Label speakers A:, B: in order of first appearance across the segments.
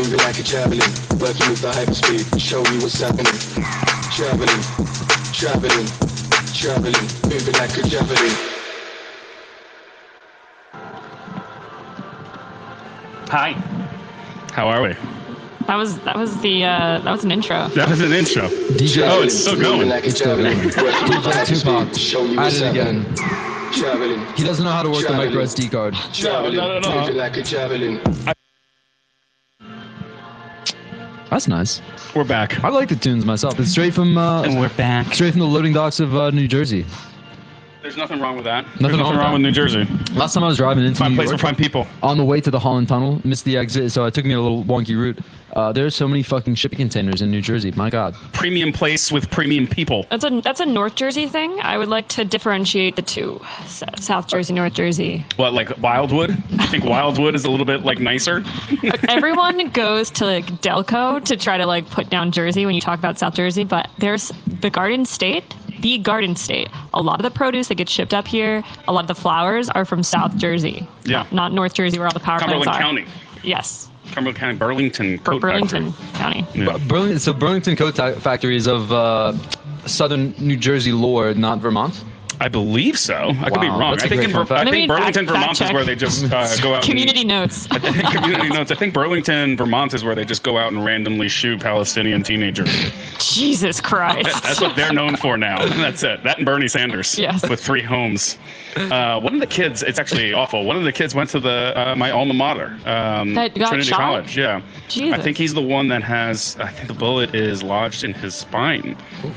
A: Traveling, working with the hyperspeed. Show me what's happening. Traveling, traveling, traveling, moving like a javelin.
B: Hi.
C: How are we?
B: That was that was the uh, that was an intro.
C: That was an intro.
D: DJ.
C: Oh, it's still
A: Moving
C: going.
A: like a
D: It's still
A: javelin.
D: going.
A: Working with the
D: Like Tupac.
A: hyperspeed. Show me
D: I
A: what's
D: did it
A: happening.
D: again.
A: Traveling,
D: He doesn't know how to work the
A: Javelin.
D: micro SD card.
A: traveling,
C: no, no, no.
A: moving like a javelin.
D: That's nice.
C: We're back.
D: I like the tunes myself. It's straight from
B: And
D: uh,
B: we're back.
D: straight from the loading docks of uh, New Jersey.
C: There's nothing wrong with that. Nothing,
D: Nothing
C: There's
D: wrong
C: nothing
D: with
C: wrong
D: that. Mm.
C: with New Jersey.
D: Last time I was driving into
C: Fine
D: New
C: place
D: York,
C: for fine people.
D: on the way to the Holland Tunnel, missed the exit, so it took me a little wonky route. Uh, there's so many fucking shipping containers in New Jersey. My God.
C: Premium place with premium people.
B: That's a that's a North Jersey thing. I would like to differentiate the two: S- South Jersey, North Jersey.
C: What, like Wildwood? I think Wildwood is a little bit like nicer.
B: Everyone goes to like Delco to try to like put down Jersey when you talk about South Jersey, but there's the Garden State, the Garden State. A lot of the produce that gets shipped up here, a lot of the flowers are from South Jersey.
C: Yeah.
B: Not, not North Jersey where all the power
C: Cumberland
B: plants are.
C: County.
B: Yes.
C: Cumberland County, Burlington,
B: For
C: Coat
B: Burlington
C: Factory.
B: County.
C: Yeah.
D: Burlington, so Burlington Coat Ta- Factory is of uh, southern New Jersey lore, not Vermont.
C: I believe so. I could be
D: Wow,
C: wrong.
D: that's
C: I
D: a
C: think,
D: great
C: in,
D: fun
C: Ver-
D: fact.
C: I
B: Maybe
C: think Burlington,
B: fact- fact
C: Vermont is where
B: check.
C: they just uh, go out.
B: Community notes.
C: And, community notes. I think Burlington, Vermont is where they just go out and randomly shoot Palestinian teenagers.
B: Jesus Christ.
C: That's what they're known for now. That's it. That and Bernie Sanders.
B: Yes.
C: With three homes. Uh, one of the kids, it's actually awful. One of the kids went to the uh, my alma mater, um,
B: That got
C: Trinity
B: shot?
C: College. Yeah.
B: Jesus.
C: I think he's the one that has. I think the bullet is lodged in his spine.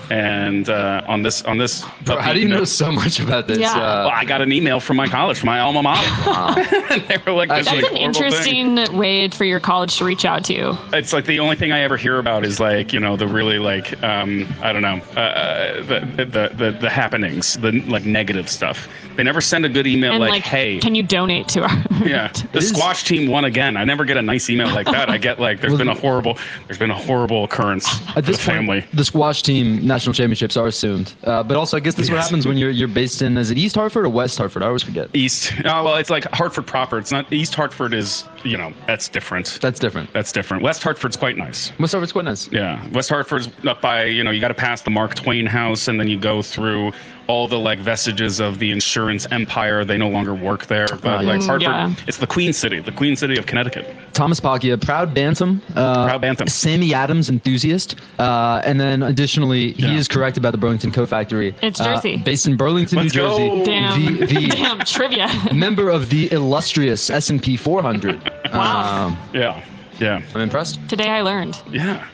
C: And uh, on this on this.
D: Bro, how do you
C: upbeat
D: know
C: note-
D: so much about this?
B: Yeah.
C: Well,
D: Uh, Ah.
C: I got an email from my college, from my alma mater. and they were like, this, like,
B: That's an
C: horrible thing.
B: interesting way for your college to reach out to you.
C: it's like the only thing I ever hear about is like you know the really like um, I don't know uh, the, the the the happenings, the like negative stuff. They never send a good email
B: And
C: like,
B: like,
C: hey.
B: can you donate to our?
C: yeah, the
D: is-
C: squash team won again. I never get a nice email like that. I get like, there's been a horrible, there's been a horrible occurrence.
D: at
C: for the
D: this point,
C: family.
D: the squash team national championships are assumed. Uh, but also, I guess this is what
C: Yes.
D: happens when you're you're based in is it East Hartford or West Hartford? I always forget.
C: East. Oh well, it's like Hartford proper. It's not East Hartford is you know that's different.
D: That's different.
C: That's different. West Hartford's quite nice.
D: West Hartford's quite nice.
C: Yeah, West Hartford's up by you know you got to pass the Mark Twain House and then you go through all the like vestiges of the insurance empire. They no longer work there, but
D: yeah.
C: like
B: Mm,
C: Hartford,
B: yeah.
C: it's the Queen City, the Queen City of Connecticut.
D: Thomas Paglia, proud Bantam, uh,
C: Proud Bantam.
D: Sammy Adams enthusiast, uh, and then additionally,
C: Yeah.
D: he is correct about the Burlington Co Factory.
B: It's
D: uh,
B: Jersey.
D: based in Burlington,
C: Let's
D: New Jersey.
C: go.
B: Damn.
D: The, the
B: Damn trivia.
D: member of the illustrious S&P 400.
B: Wow.
D: Um,
C: Yeah, yeah,
D: I'm impressed.
B: Today I learned.
C: yeah.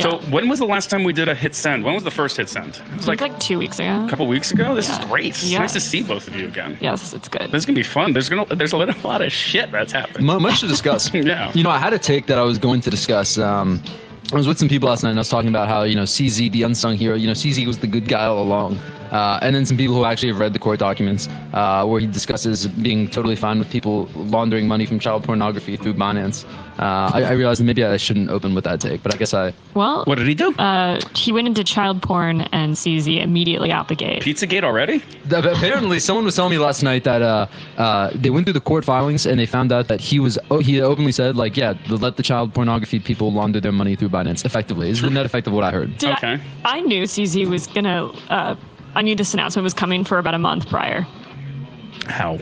C: So
B: Yeah.
C: when was the last time we did a hit send? When was the first hit send? It was
B: Like,
C: like a
B: like two weeks ago.
C: couple weeks ago. This is
B: Yeah.
C: great. It's
B: Yeah.
C: Nice to see both of you again.
B: Yes, it's good.
C: This is gonna be fun. There's gonna there's a lot of, lot of shit that's happened.
D: Mu much to discuss.
C: Yeah.
D: You know, I had a take that I was going to discuss. Um, I was with some people last night and I was talking about how, you know, CZ, the unsung hero, you know, CZ was the good guy all along. Uh, and then some people who actually have read the court documents, uh, where he discusses being totally fine with people laundering money from child pornography through Binance. Uh, I, I realized maybe I shouldn't open with that take, but I guess I.
B: well,
C: What did he do?
B: uh, he went into child porn and CZ immediately out the gate.
C: Pizzagate already?
D: Apparently, someone was telling me last night that uh, uh, they went through the court filings and they found out that he was oh, he openly said like, yeah, let the child pornography people launder their money through Binance. Effectively, is the net effect of what I heard.
B: Did I-
C: Okay.
B: I, knew CZ was gonna. Uh, I knew this announcement was coming for about a month prior.
C: How?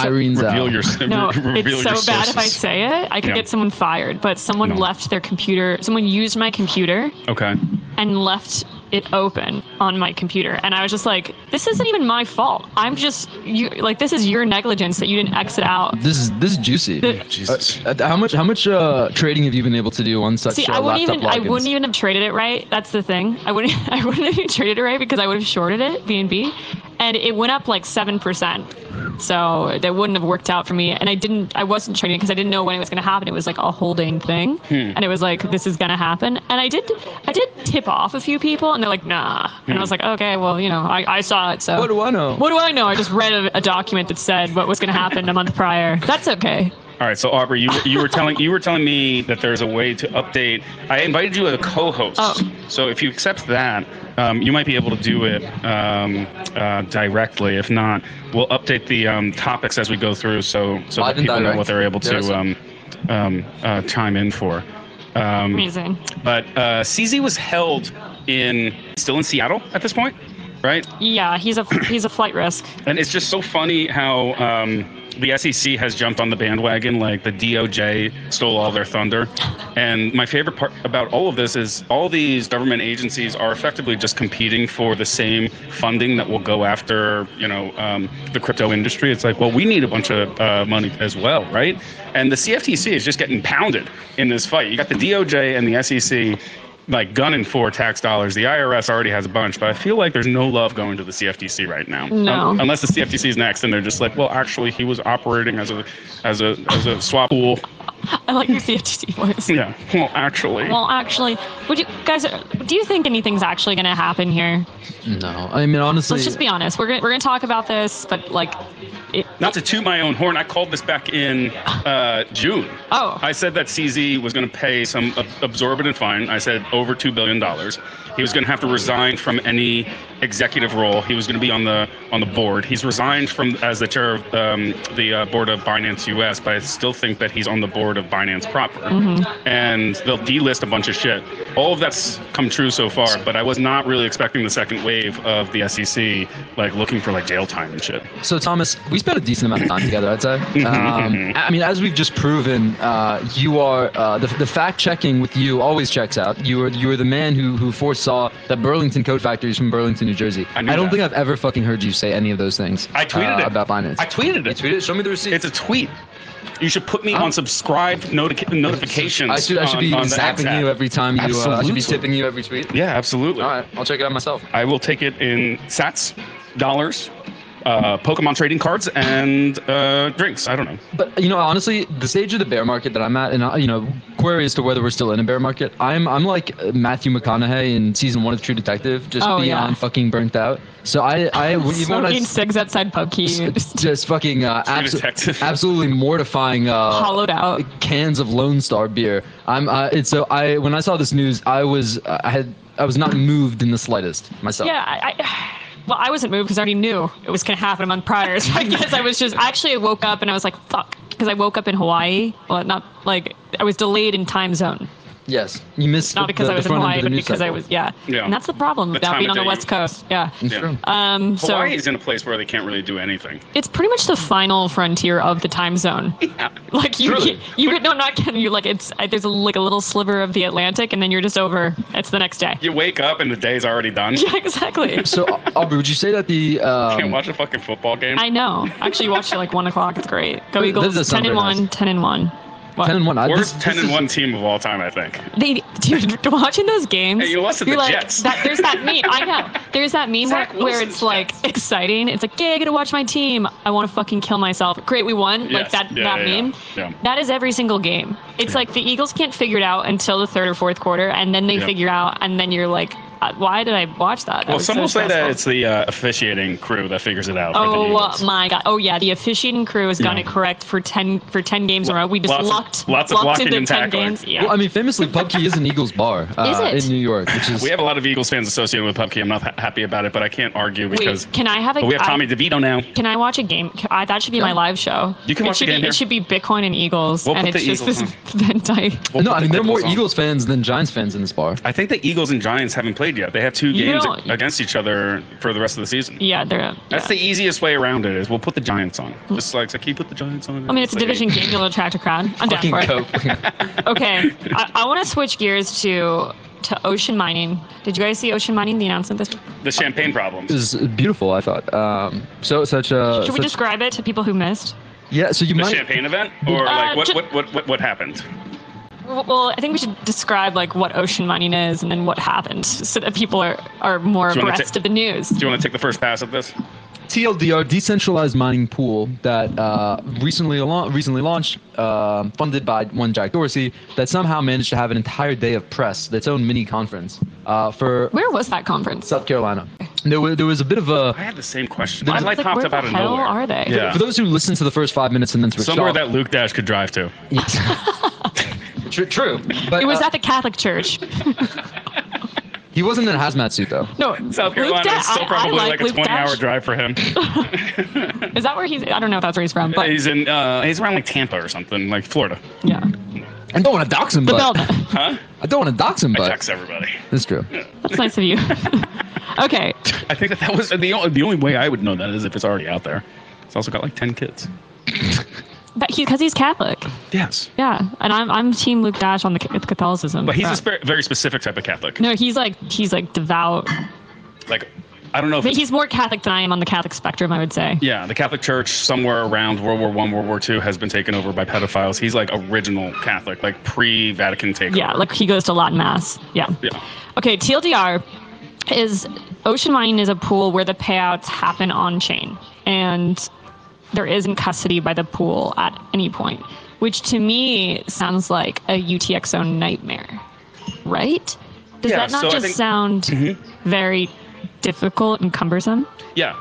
D: Irene's uh,
C: Reveal
D: out.
C: your
B: No,
C: re- reveal
B: it's
C: your
B: so bad if I
C: sources.
B: say it. I could
C: Yeah.
B: get someone fired, but someone
C: No.
B: left their computer. Someone used my computer
C: Okay.
B: and left it open on my computer and i was just like this isn't even my fault i'm just you like this is your negligence that you didn't exit out
D: This is this is juicy.
B: The-
C: Jesus.
D: Uh, how much how much uh, trading have you been able to do on such
B: see
D: uh,
B: i wouldn't
D: laptop
B: even i
D: logins?
B: wouldn't even have traded it right that's the thing i wouldn't i wouldn't have even traded it right because i would have shorted it bnb and it went up like 7% so that wouldn't have worked out for me and i didn't i wasn't trading because i didn't know when it was going to happen it was like a holding thing
D: Hmm.
B: and it was like this is going to happen and i did i did tip off a few people and they're like nah and
D: Hmm.
B: i was like okay well you know i, I saw it so
D: What do I know?
B: What do I know? I just read a, a document that said what was going to happen a month prior. That's okay.
C: All right, so Aubrey, you you were telling you were telling me that there's a way to update. I invited you as a co-host,
B: Oh.
C: so if you accept that, um, you might be able to do it um, uh, directly. If not, we'll update the um, topics as we go through, so so
D: I
C: that
D: didn't
C: people know
D: direct.
C: what they're able
D: There is
C: to
D: a-
C: um, um, uh, chime in for. Um,
B: Amazing.
C: but uh, CZ was held in still in Seattle at this point, right?
B: Yeah, he's a he's a flight risk.
C: And it's just so funny how um, the SEC has jumped on the bandwagon, like the DOJ stole all their thunder. And my favorite part about all of this is all these government agencies are effectively just competing for the same funding that will go after, you know, um, the crypto industry. It's like, well, we need a bunch of uh, money as well, right? And the CFTC is just getting pounded in this fight. You got the DOJ and the SEC like gunning for tax dollars. The IRS already has a bunch, but I feel like there's no love going to the CFTC right now. Um,
B: No.
C: Un- unless the CFTC is next, and they're just like, well, actually, he was operating as a, as a, as a swap pool.
B: I like your CFTC voice.
C: Yeah. Well, actually.
B: Well, actually, would you guys? Do you think anything's actually going to happen here?
D: No, I mean honestly,
B: Let's just be honest. We're gonna, we're going to talk about this, but like, it,
C: not to toot my own horn, I called this back in uh, June.
B: Oh.
C: I said that CZ was going to pay some ab- absorbent fine. I said over $2 billion. He was going to have to resign from any executive role. He was going to be on the on the board. He's resigned from as the chair of um, the uh, board of Binance US, but I still think that he's on the board of Binance proper. And they'll delist a bunch of shit. All of that's come true so far, but I was not really expecting the second wave of the SEC like looking for like jail time and shit.
D: so Thomas, we spent a decent amount of time together. I'd say. Um, I mean, as we've just proven, uh, you are uh, the, the fact checking with you always checks out. You were you were the man who who foresaw that Burlington Coat Factory is from Burlington, New Jersey.
C: I knew
D: don't
C: that.
D: think I've ever fucking heard you say any of those things.
C: I tweeted
D: uh,
C: it.
D: about Binance.
C: I tweeted
D: You
C: it.
D: tweeted. it? Show me the receipt.
C: It's a tweet. You should put me
D: Huh?
C: on subscribed notica- notifications.
D: I should, I should
C: on-
D: be
C: on the X
D: zapping
C: app.
D: you every time you. Uh, I should
C: Absolutely.
D: be tipping you every tweet.
C: Yeah, absolutely.
D: All right, I'll check it out myself.
C: I will take it in sats, dollars, uh, Pokemon trading cards, and uh, drinks. I don't know.
D: But you know, honestly, the stage of the bear market that I'm at, and uh, you know, query as to whether we're still in a bear market. I'm I'm like uh, Matthew McConaughey in season one of True Detective, just
B: Oh, yeah.
D: beyond fucking burnt out. So I I even when I
B: smoking
D: s-
B: cigs outside PubKey,
D: just fucking uh, abso-
C: Detective.
D: absolutely mortifying uh,
B: hollowed out.
D: cans of Lone Star beer. I'm uh, it's so I when I saw this news, I was uh, I had I was not moved in the slightest myself.
B: Yeah, I, I well, I wasn't moved because I already knew it was going to happen a month prior. So I guess I was just actually I woke up and I was like, fuck, because I woke up in Hawaii. Well, not like I was delayed in time zone,
D: Yes, you missed
B: not
D: the-
B: because
D: the,
B: I was
D: the
B: in
D: front end
B: Hawaii,
D: of the
B: but
D: news
B: because I
D: cycle.
B: was yeah.
C: Yeah.
B: And that's the problem
C: The
B: about
C: time
B: being
C: of
B: on the
C: day.
B: West Coast. Yeah.
D: It's
C: Yeah.
D: true.
B: Um. So
C: Hawaii is in a place where they can't really do anything.
B: it's pretty much the final frontier of the time zone.
C: Uh,
B: Like you,
C: Truly.
B: get- you get no, not kidding. You like it's uh, there's a, like a little sliver of the Atlantic, and then you're just over. It's the next day.
C: You wake up and the day's already done.
B: Yeah, exactly.
D: So Aubrey, would you say that the um,
C: Can't watch a fucking football game.
B: I know. Actually, you watched it like one o'clock. It's great. Go
D: This
B: Eagles.
D: does sound
B: Ten and
D: very nice.
B: one. Ten and one. What?
D: ten and one? I- this-
C: Worst
D: this
C: ten and
D: is-
C: one team of all time, I think.
B: They, dude, watching those games.
C: Hey, you lost to the
B: you're like,
C: Jets.
B: That, there's that meme. I know. There's that meme where,
C: Zach
B: where
C: Wilson's
B: it's like
C: Jets.
B: exciting. It's like, yeah, I gotta watch my team. I want to fucking kill myself. Great, we won.
C: Yes.
B: Like that.
C: Yeah,
B: that
C: yeah, yeah.
B: meme.
C: Yeah.
B: That is every single game. It's like the Eagles can't figure it out until the third or fourth quarter, and then they
C: Yeah.
B: figure out, and then you're like, uh, why did I watch that? that
C: Well,
B: was
C: some
B: so
C: will say that
B: stressful."
C: it's the uh, officiating crew that figures it out. for the
B: Oh
C: Eagles.
B: uh, my god! Oh yeah, the officiating crew has gotten
C: Yeah.
B: it correct for ten for ten games in a row. We just
C: Lots of-
B: lucked
C: lots of
B: lucked
C: blocking
B: into
C: and
B: ten
C: tackling.
B: games. Yeah.
D: Well, I mean, famously, PubKey is an Eagles bar uh,
B: Is it?
D: in New York, which is
C: We have a lot of Eagles fans associated with PubKey. I'm not ha- happy about it, but I can't argue because
B: Wait, can I have a?
C: but we have
B: I-
C: Tommy DeVito now.
B: can I watch a game? Can I, that should be my
D: Yeah.
B: live show.
C: You can
B: it
C: watch a
B: should
C: game
B: be,
C: here.
B: It should be Bitcoin and Eagles,
C: We'll
B: and
C: put
B: it's
C: the
B: just
C: Eagles
B: this Venn diagram.
C: We'll
D: no.
C: put
D: I
C: the
D: mean, there are more
C: Eagles on.
D: Eagles fans than Giants fans in this bar.
C: I think the Eagles and Giants haven't played yet. They have two
B: You
C: games
B: don't-
C: against each other for the rest of the season.
B: Yeah, they're.
C: That's
B: yeah.
C: the easiest way around it. Is we'll put the Giants on. Just like, so can you put the Giants on?
B: Mm. I mean, it's a
C: like,
B: division game. You'll attract a crowd. I'm down
D: Fucking
B: for it.
D: coke.
B: Okay, I, I want to switch gears to to ocean mining. Did you guys see ocean mining? The announcement this week.
C: The champagne problems.
D: it was beautiful. I thought. Um, so such a.
B: Should we
D: such-
B: describe it to people who missed?
D: Yeah. So you
C: The
D: might.
C: champagne event, or
B: Uh,
C: like what,
B: ju-
C: what, what, what, what happened?
B: Well, well, I think we should describe like what ocean mining is and then what happened, so that people are are more
C: Do you wanna
B: abreast
C: ta-
B: of the news.
C: Do you want to take the first pass at this?
D: TLDR, decentralized mining pool that uh, recently la- recently launched, uh, funded by one Jack Dorsey, that somehow managed to have an entire day of press, its own mini conference uh, for
B: Where was that conference?
D: South Carolina. There was, there was a bit of a
C: I had the same question. The,
D: The- I
B: I
D: was
C: light
B: like,
C: popped
B: where
C: up out
B: the
C: of
B: hell
C: nowhere.
B: are they?
C: Yeah.
D: for those who listened to the first five minutes and then switched
C: Somewhere
D: off-
C: that Luke Dash could drive to.
D: Yes. Tru- true, but
B: It was
D: uh,
B: at the Catholic Church.
D: he wasn't in a hazmat suit though.
B: No,
C: South
B: Luke
C: Carolina
B: Da-
C: is still
B: I- I
C: probably like, a
B: Luke
C: 20 hour
B: Dash.
C: drive for him.
B: Is that where he's? I don't know if that's where he's from, but
C: he's in, uh, he's around like Tampa or something, like Florida.
B: yeah,
D: I don't want to dox him,
B: the
D: but
B: Delta.
C: Huh?
D: I don't want to dox him,
C: I
D: but
C: text everybody.
D: that's true.
B: That's nice of you. okay,
C: I think that that was the only, the only way I would know that is if it's already out there. It's also got like 10 kids.
B: but he because he's Catholic.
C: Yes.
B: Yeah, and I'm I'm Team Luke Dash on the ca- Catholicism.
C: But he's a
B: front.
C: spe- very specific type of Catholic.
B: no, he's like he's like devout.
C: Like, I don't know if
B: But
C: it's,
B: he's more Catholic than I am on the Catholic spectrum. I would say.
C: yeah, the Catholic Church somewhere around World War One, World War Two has been taken over by pedophiles. He's like original Catholic, like pre-Vatican takeover.
B: Yeah, like he goes to Latin mass. Yeah.
C: Yeah.
B: Okay, TLDR is ocean mining is a pool where the payouts happen on chain and there isn't custody by the pool at any point, which to me sounds like a UTXO nightmare, right? Does
C: Yeah,
B: that not
C: so I
B: just
C: think-
B: sound
C: Mhm.
B: very difficult and cumbersome?
C: Yeah.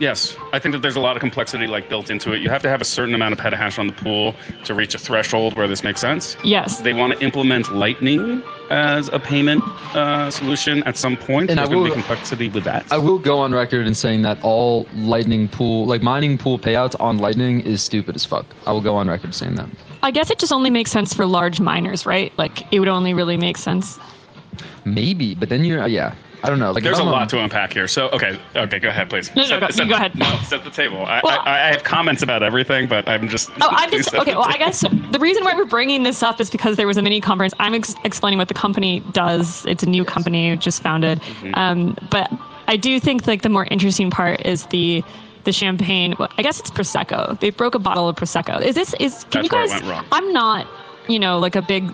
C: Yes, I think that there's a lot of complexity like built into it. You have to have a certain amount of petahash on the pool to reach a threshold where this makes sense.
B: Yes.
C: They want to implement Lightning as a payment uh, solution at some point.
D: And I
C: there's going to
D: will-
C: be complexity with that.
D: I will go on record in saying that all lightning pool, like mining pool payouts on lightning, is stupid as fuck. I will go on record saying that.
B: I guess it just only makes sense for large miners, right? Like it would only really make sense.
D: Maybe, but then you're, yeah, I don't know. Like if
C: There's a
D: I'm
C: lot to unpack here. So, okay, okay, go ahead, please.
B: No, no, go- you go ahead.
C: No, set the table. I,
B: Well-
C: I, I have comments about everything, but I'm just.
B: Oh, I'm
C: please
B: just
C: set
B: okay.
C: the
B: Well, I
C: table.
B: guess the reason why we're bringing this up is because there was a mini conference. I'm ex- explaining what the company does. It's a new company just founded,
C: Mm-hmm.
B: um, but I do think like the more interesting part is the the champagne. Well, I guess it's prosecco. They broke a bottle of prosecco. Is this is? Can
C: That's
B: you
C: where it
B: guys?
C: went wrong.
B: I'm not, you know, like a big.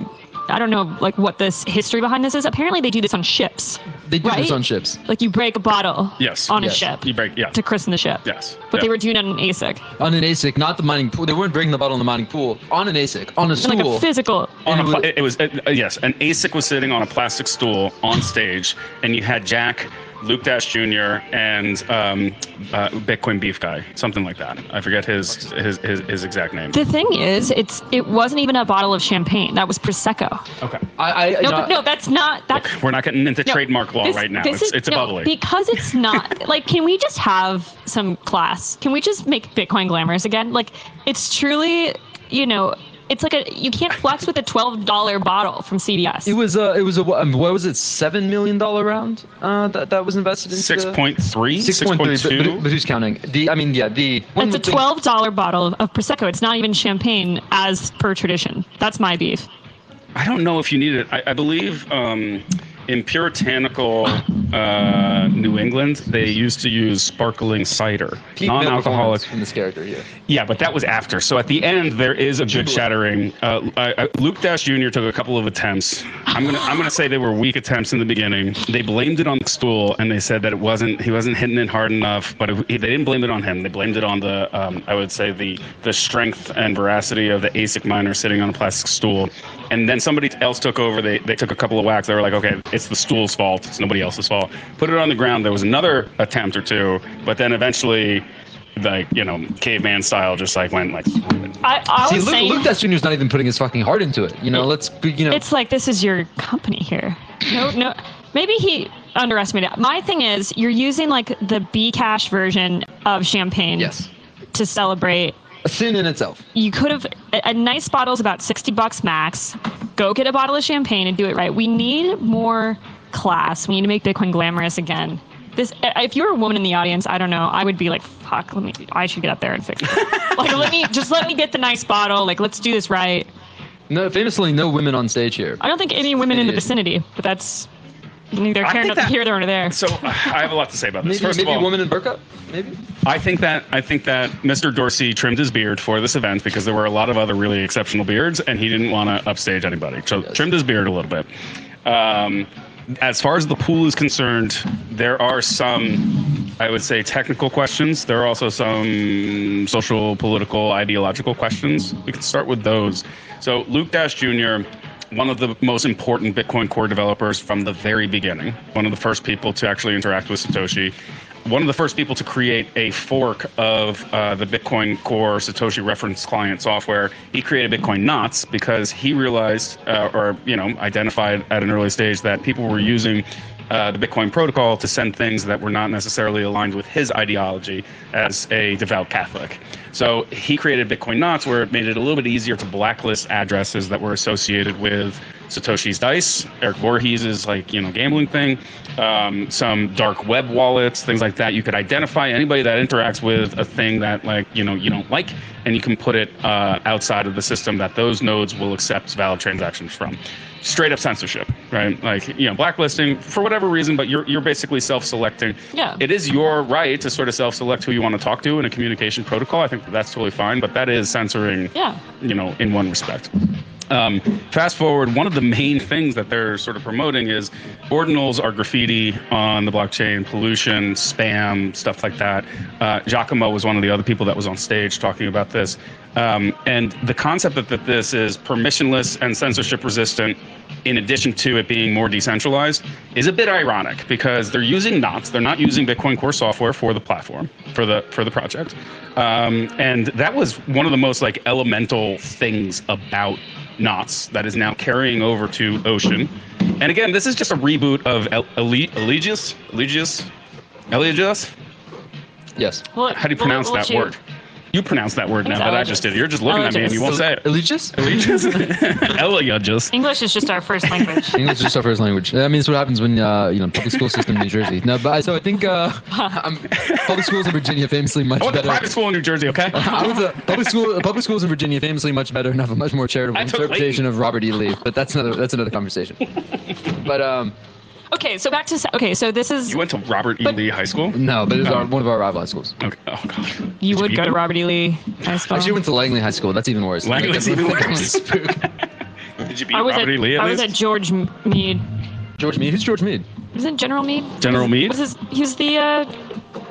B: I don't know, like what this history behind this is. Apparently, they do this on ships.
D: They do this
B: Right?
D: on ships.
B: Like you break a bottle.
C: Yes.
B: On
D: Yes.
B: a ship.
C: You break. Yeah.
B: to christen the ship.
C: Yes.
B: But they
C: Yeah.
B: were doing it on an ASIC,
D: On an ASIC, not the mining pool. They weren't bringing the bottle in the mining pool. On an ASIC, on a stool.
B: like a physical.
C: on a
D: And
C: pla-
D: it
C: it was uh, uh, yes, an ASIC was sitting on a plastic stool on stage, and you had Jack, Luke Dash Jr., and um, uh, Bitcoin Beef guy, something like that. I forget his his his, his exact name.
B: The thing is, it's it wasn't even a bottle of champagne. That was prosecco.
C: Okay,
D: I, I,
B: No,
D: you know,
B: but no, that's not that.
C: we're not getting into
B: no,
C: uh, trademark law
B: this-
C: right now.
B: this
C: It's,
B: is-
C: it's a
B: no,
C: bubbly.
B: Because it's not like, can we just have some class? Can we just make Bitcoin glamorous again? Like, it's truly, you know, it's like a you can't flex with a twelve dollar bottle from CVS.
D: It was a, it was a, what um, what was it, seven million dollar round uh, that that was invested into.
C: Six
D: the-
C: point three. Six point
D: 6.3, but-
C: two.
D: But, but who's counting? The, I mean, yeah, the. one
B: It's a
D: would think-
B: twelve dollar bottle of prosecco. It's not even champagne, as per tradition. That's my beef.
C: I don't know if you need it. I, I believe um, in puritanical uh, New England, they used to use sparkling cider,
D: Pete Miller
C: non-alcoholic.
D: Collins in this character here.
C: Yeah, but that was after. So at the end, there is a good shattering. Uh, I, I, Luke Dash Jr. took a couple of attempts. I'm gonna I'm gonna say they were weak attempts in the beginning. They blamed it on the stool, and they said that it wasn't he wasn't hitting it hard enough. But it, they didn't blame it on him. They blamed it on the um, I would say the the strength and veracity of the ASIC miner sitting on a plastic stool. And then somebody else took over. They they took a couple of whacks. They were like, okay, it's the stool's fault. It's nobody else's fault. Put it on the ground. There was another attempt or two, but then eventually like you know caveman style just like went like
B: I, I
D: See,
B: was
D: Luke,
B: saying,
D: Luke Dest Jr.'s not even putting his fucking heart into it. You know, let's, be- you know.
B: it's like this is your company here. No, no. Maybe he underestimated. it. My thing is, you're using like the B Cash version of champagne
D: Yes.
B: to celebrate.
D: A sin in itself.
B: You could have a, a nice bottle's about sixty bucks max. Go get a bottle of champagne and do it right. We need more class. We need to make Bitcoin glamorous again. This, if you were a woman in the audience, I don't know, I would be like, fuck, let me, I should get up there and fix it. like, let me, just let me get the nice bottle. Like, let's do this right.
D: No, famously, no women on stage here.
B: I don't think any women in the vicinity, but that's neither here
C: think
B: nor
C: that-
B: here nor there.
C: so i have a lot to say about this
D: Maybe,
C: first
D: maybe
C: of
D: a
C: all
D: woman in burqa? Maybe?
C: i think that i think that mr dorsey trimmed his beard for this event because there were a lot of other really exceptional beards and he didn't want to upstage anybody so trimmed his beard a little bit um, as far as the pool is concerned there are some I would say technical questions. There are also some social, political, ideological questions. We can start with those. So Luke Dash Jr., one of the most important Bitcoin Core developers from the very beginning, one of the first people to actually interact with Satoshi, one of the first people to create a fork of uh, the Bitcoin Core Satoshi reference client software. He created Bitcoin Knots because he realized, uh, or you know, identified at an early stage that people were using uh, the Bitcoin protocol to send things that were not necessarily aligned with his ideology as a devout Catholic. So he created Bitcoin Knots, where it made it a little bit easier to blacklist addresses that were associated with Satoshi's Dice, Eric Voorhees's like you know gambling thing, um, some dark web wallets, things like that. You could identify anybody that interacts with a thing that like you know you don't like, and you can put it uh, outside of the system that those nodes will accept valid transactions from straight up censorship, right? Like, you know, blacklisting for whatever reason, but you're you're basically self-selecting.
B: Yeah.
C: It is your right to sort of self-select who you want to talk to in a communication protocol. I think that that's totally fine, but that is censoring,
B: Yeah.
C: you know, in one respect. Um, fast forward, one of the main things that they're sort of promoting is ordinals are graffiti on the blockchain, pollution, spam, stuff like that. Uh, Giacomo was one of the other people that was on stage talking about this. Um, and the concept that, that this is permissionless and censorship resistant, in addition to it being more decentralized, is a bit ironic because they're using knots. They're not using Bitcoin Core software for the platform, for the for the project. Um, and that was one of the most like elemental things about knots that is now carrying over to Ocean. And again, this is just a reboot of El- Ele- Elegius, Elegius, Elegius.
D: Yes.
B: Well,
C: How do you
B: we'll-
C: pronounce
B: we'll
C: that
B: choose-
C: word? You pronounce that word now
B: It's
C: that I just did. it. You're just looking at me and you won't say it.
D: Allegiance?
C: Elegius, Elegius.
B: English is just our first language.
D: English is our first language. I mean, it's what happens when uh, you know public school system in New Jersey. No, but I, so I think uh, I'm, public schools in Virginia famously much
C: I went to
D: better.
C: Oh, private school in New Jersey. Okay.
D: I went to public school. Public schools in Virginia famously much better and have a much more charitable
C: I took
D: interpretation of Robert E. Lee. But that's another that's another conversation. But um,
B: Okay, so back to s- okay, so this is
C: You went to Robert E.
B: But- Mm-hmm.
C: Lee High School.
D: no, but it was our, one of our rival high schools.
C: Okay. Oh God.
B: you
C: Did
B: would
C: beat
B: go to
C: them?
B: Robert E. Lee High
D: I
B: School.
D: actually went to Langley High School. That's even worse.
C: Langley's even worse. Did you beat
B: I was
C: Robert
B: at
C: E. Lee at
B: I was
C: least?
B: at George M- Meade.
D: George Meade. Who's George Meade?
B: Isn't General Meade?
C: General Meade?
B: Was his, he's the uh,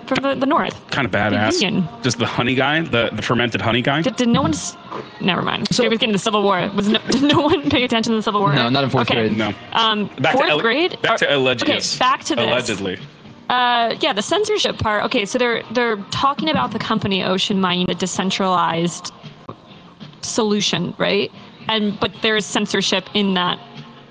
B: from the, the north.
C: kind of badass.
B: Union.
C: Just the honey guy, the, the fermented honey guy.
B: Did, did no one? s- Never mind.
D: So-
B: So, we was getting the Civil War. Was no, did no one pay attention to the Civil War?
D: No, not in fourth
B: okay.
D: grade.
C: no.
B: Um,
C: Back
B: fourth
C: to ele-
B: grade.
C: Back to
B: Okay,
C: Elegius.
B: back to this.
C: Allegedly.
B: Uh, yeah, the censorship part. Okay, so they're they're talking about the company Ocean Mining, the decentralized solution, right? And but there's censorship in that.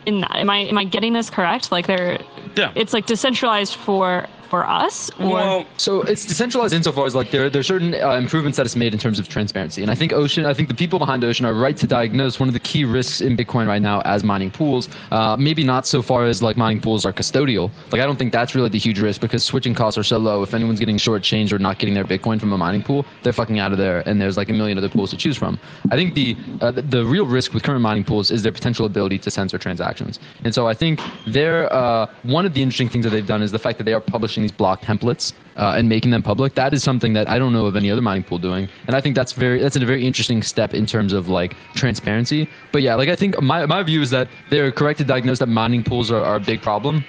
B: In that, am I am I getting this correct? Like they're,
C: Yeah.
B: it's like decentralized for for us. Or,
C: well,
D: So it's decentralized insofar as like there there are certain uh, improvements that it's made in terms of transparency, and I think Ocean, I think the people behind Ocean are right to diagnose one of the key risks in Bitcoin right now as mining pools. Uh, maybe not so far as like mining pools are custodial. Like I don't think that's really the huge risk because switching costs are so low. If anyone's getting shortchanged or not getting their Bitcoin from a mining pool, they're fucking out of there, and there's like a million other pools to choose from. I think the uh, the- the real risk with current mining pools is their potential ability to censor transactions, and so I think they're uh, one of the interesting things that they've done is the fact that they are publishing these block templates uh, and making them public. That is something that I don't know of any other mining pool doing, and I think that's very that's a very interesting step in terms of like transparency. But yeah, like I think my my view is that they're correct to diagnose that mining pools are, are a big problem.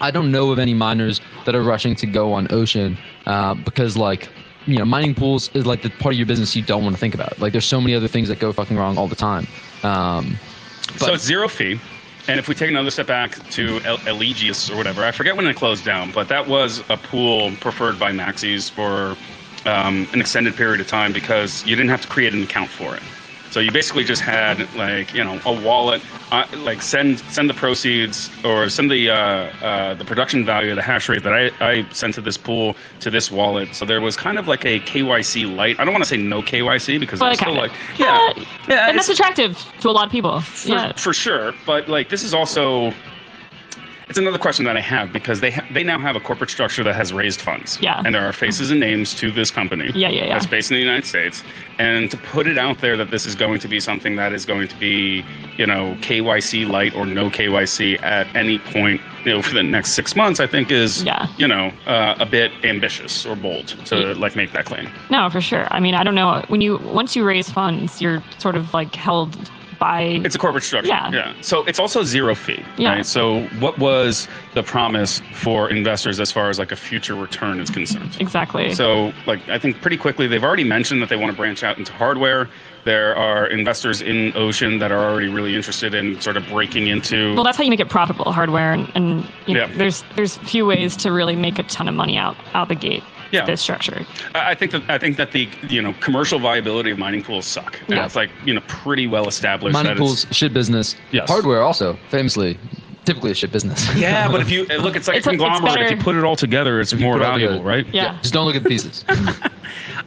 D: I don't know of any miners that are rushing to go on Ocean uh, because like. You know, mining pools is like the part of your business you don't want to think about. Like, there's so many other things that go fucking wrong all the time. Um,
C: so it's zero fee. And if we take another step back to El- Elegius or whatever, I forget when it closed down, but that was a pool preferred by Maxis for um, an extended period of time because you didn't have to create an account for it. So you basically just had like you know a wallet, uh, like send send the proceeds or send the uh, uh, the production value, the hash rate that I, I sent to this pool to this wallet. So there was kind of like a KYC light. I don't want to say no KYC because
B: Well,
C: it's still
B: kinda.
C: like yeah,
B: Uh,
C: yeah
B: and
C: it's-
B: that's attractive to a lot of people.
C: for,
B: yeah.
C: for sure. But like, this is also it's another question that I have because they ha- they now have a corporate structure that has raised funds.
B: Yeah.
C: And there are faces and names to this company.
B: Yeah, yeah, yeah.
C: That's based in the United States, and to put it out there that this is going to be something that is going to be you know KYC light or no KYC at any point you know for the next six months, I think is
B: Yeah.
C: you know uh, a bit ambitious or bold to like make that claim.
B: No, for sure. I mean, I don't know. When you once you raise funds, you're sort of like held by
C: It's a corporate structure.
B: Yeah.
C: So it's also zero fee.
B: Yeah.
C: Right? So what was the promise for investors as far as like a future return is concerned?
B: exactly.
C: So, like, I think pretty quickly they've already mentioned that they want to branch out into hardware. There are investors in Ocean that are already really interested in sort of breaking into.
B: well, that's how you make it profitable, hardware, and, and you know,
C: Yeah.
B: there's there's few ways to really make a ton of money out out the gate.
C: Yeah.
B: with This structure.
C: I I think that I think that the you know commercial viability of mining pools suck. And
B: Yeah.
C: It's like you know pretty well established.
D: Mining
C: that
D: pools,
C: it's-
D: shit business.
C: Yes.
D: Hardware also, famously, typically a shit business.
C: Yeah, but if you and look, it's like
B: It's
C: a
B: like- it's
C: conglomerate. if
B: better-
C: you put it all together, it's more
D: put it all
C: valuable,
D: together.
C: right?
B: Yeah.
D: Just don't look at the pieces.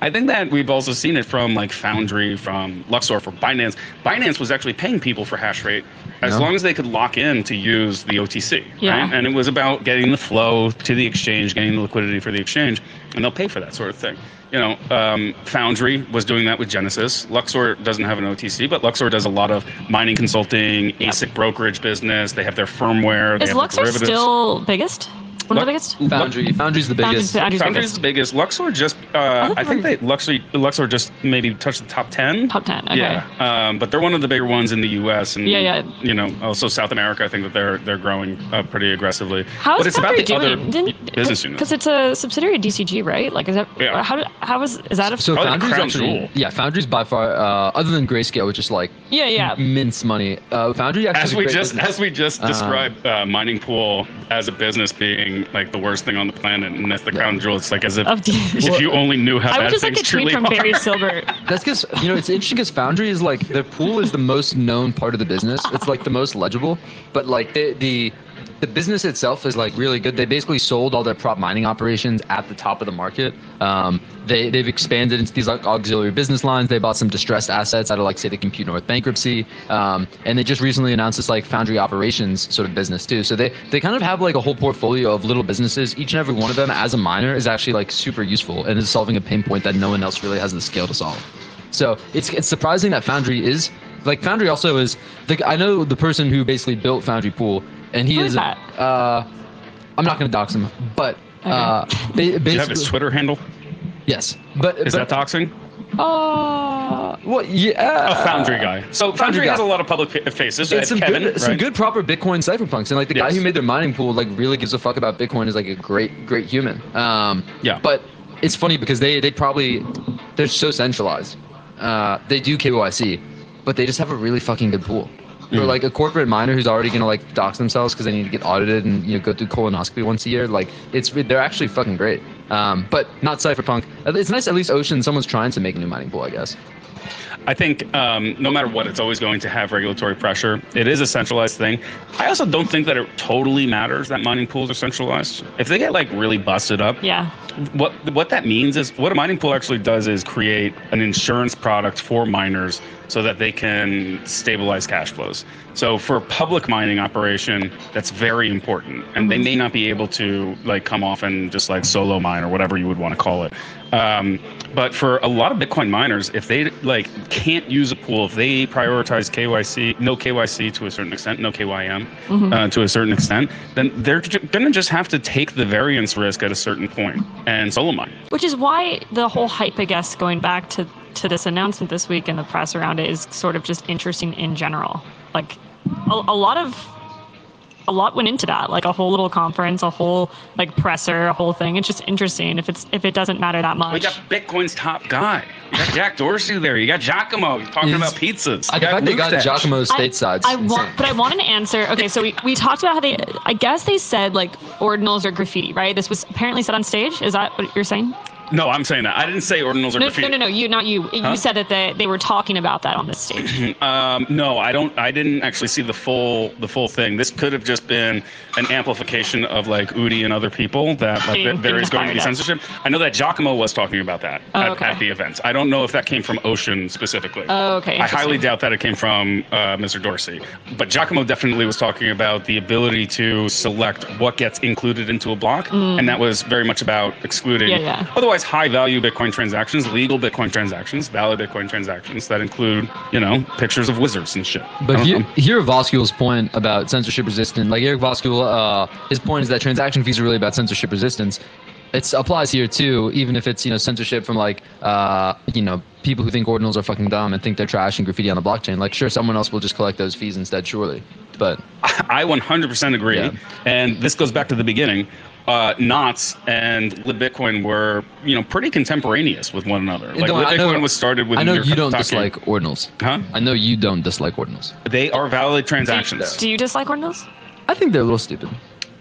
C: I think that we've also seen it from like Foundry, from Luxor, from Binance. Binance was actually paying people for hash rate as
D: Yeah.
C: long as they could lock in to use the OTC.
B: Yeah.
C: Right? And it was about getting the flow to the exchange, getting the liquidity for the exchange, and they'll pay for that sort of thing. You know, um, Foundry was doing that with Genesis. Luxor doesn't have an OTC, but Luxor does a lot of mining consulting, ASIC brokerage business. They have their firmware. They
B: Is
C: have
B: Luxor
C: the derivatives.
B: still biggest? One of
C: Lu-
B: the biggest?
C: Lu-
D: Foundry. Foundry's the biggest.
B: Foundry's, Foundry's
C: Foundry's
B: biggest.
C: the biggest. Luxor just, uh, I think they Luxor Luxor just maybe touched the top ten.
B: Top 10. Okay.
C: Yeah, um, but they're one of the bigger ones in the U.S. and
B: Yeah, yeah.
C: you know also South America. I think that they're they're growing uh, pretty aggressively.
B: How
C: but
B: is
C: it's about
B: Foundry
C: the
B: doing?
C: other
B: Didn't-
C: business
B: Because
C: units.
B: it's a subsidiary of DCG, right? Like, is that
C: Yeah.
B: how? did- How is is that a?
D: So
C: Probably Oh, the
D: Foundry's
C: crown
D: actually,
C: jewel.
D: yeah, Foundry's by far, uh, other than Grayscale, which is like
B: yeah, yeah.
D: mince money. Uh, Foundry actually. is
C: As
D: a
C: we
D: great
C: just
D: business.
C: as we just
B: Uh-huh.
D: Um,
C: described uh, mining pool as a business being like the worst thing on the planet, and that's the crown jewel. It's like as if
B: Of D-
C: if you only knew how
B: Um, I would
C: bad
B: just like
C: things
B: a tweet
C: truly
B: from Barry
C: are.
B: Silbert.
D: That's because you know it's interesting because Foundry is like their pool is the most known part of the business. It's like the most legible, but like the the the business itself is like really good. They basically sold all their prop mining operations at the top of the market. Um, they they've expanded into these like auxiliary business lines. They bought some distressed assets out of like say the Compute North bankruptcy, um, and they just recently announced this like Foundry operations sort of business too. So they they kind of have like a whole portfolio of little businesses. Each and every one of them, as a miner, is actually like super useful and is solving a pain point that no one else really has the scale to solve. So it's it's surprising that Foundry is like Foundry also is. The, I know the person who basically built Foundry Pool, and he
B: Who
D: is.
B: is that?
D: Uh, I'm not going to dox him, but uh, ba-
C: Do you have his
D: basically,
C: Twitter handle?
D: yes, but
C: Is
D: but, uh,
C: that doxing?
B: Oh,
D: What? Yeah,
C: A Foundry guy. uh, So Foundry,
D: Foundry
C: has
D: guy.
C: a lot of public fa- faces.
D: It's
C: Uh,
D: some,
C: Kevin,
D: good, some
C: right?
D: good proper Bitcoin cypherpunks, and like the guy
C: Yes.
D: who made their mining pool, like really gives a fuck about Bitcoin. Is like a great, great human. Um,
C: Yeah.
D: But it's funny because they they probably they're so centralized. Uh, they do KYC, but they just have a really fucking good pool. For
C: Mm.
D: like a corporate miner who's already gonna like dox themselves because they need to get audited and you know go through colonoscopy once a year. Like it's they're actually fucking great. Um, but not cypherpunk. It's nice at least Ocean. Someone's trying to make a new mining pool, I guess.
C: I think um, no matter what, it's always going to have regulatory pressure. It is a centralized thing. I also don't think that it totally matters that mining pools are centralized. If they get like really busted up,
B: yeah.
C: what what that means is what a mining pool actually does is create an insurance product for miners so that they can stabilize cash flows. So for a public mining operation, that's very important, and they may not be able to like come off and just like solo mine or whatever you would want to call it. Um, but for a lot of Bitcoin miners, if they like can't use a pool, if they prioritize KYC, no KYC to a certain extent, no KYM uh, to a certain extent, then they're ju- gonna just have to take the variance risk at a certain point and solo mine.
B: Which is why the whole hype, I guess, going back to, to this announcement this week and the press around it is sort of just interesting in general. Like, a, a lot of, a lot went into that. Like a whole little conference, a whole like presser, a whole thing. It's just interesting if it's if it doesn't matter that
C: We
B: much.
C: got Bitcoin's top guy. You got Jack Dorsey there. You got Giacomo. You're talking
D: Is-
C: about pizzas.
D: I
C: You got
D: fact they
C: Luke
D: got
C: Dash.
D: Giacomo stateside.
B: I want, but I want an answer. Okay, so we, we talked about how they. I guess they said like ordinals or graffiti, right? This was apparently said on stage. Is that what you're saying?
C: No, I'm saying that. I didn't say ordinals or
B: No,
C: graffiti.
B: no, no, no. You, not you. You said that they, they were talking about that on this stage.
C: Um, no, I don't. I didn't actually see the full the full thing. This could have just been an amplification of like Udi and other people that like,
B: Being-
C: th- there
B: being
C: is going to be
B: fired up.
C: censorship. I know that Giacomo was talking about that
B: Oh,
C: at,
B: okay.
C: at the events. I don't know if that came from Ocean specifically.
B: Oh, okay,
C: I highly
B: interesting.
C: doubt that it came from uh, Mr. Dorsey, but Giacomo definitely was talking about the ability to select what gets included into a block, and that was very much about excluding
B: Mm. Yeah, yeah.
C: otherwise high value Bitcoin transactions, legal Bitcoin transactions, valid Bitcoin transactions that include, you know, pictures of wizards and shit. I
D: But
C: don't
D: here,
C: know.
D: here Voskuil's point about censorship resistant, like Eric Voskuil, uh, his point is that transaction fees are really about censorship resistance. it applies here too, even if it's you know censorship from like uh, you know people who think ordinals are fucking dumb and think they're trash and graffiti on the blockchain. Like, sure, someone else will just collect those fees instead, surely. But
C: I 100% agree.
D: Yeah.
C: And this goes back to the beginning. Uh, Knots and LibBitcoin were, you know, pretty contemporaneous with one another. Like
D: No, I know-
C: LibBitcoin was started with.
D: I know
C: your
D: you don't
C: Kentucky-
D: dislike ordinals.
C: Huh?
D: I know you don't dislike ordinals.
C: They are valid transactions.
B: Do you dislike ordinals?
D: I think they're a little stupid.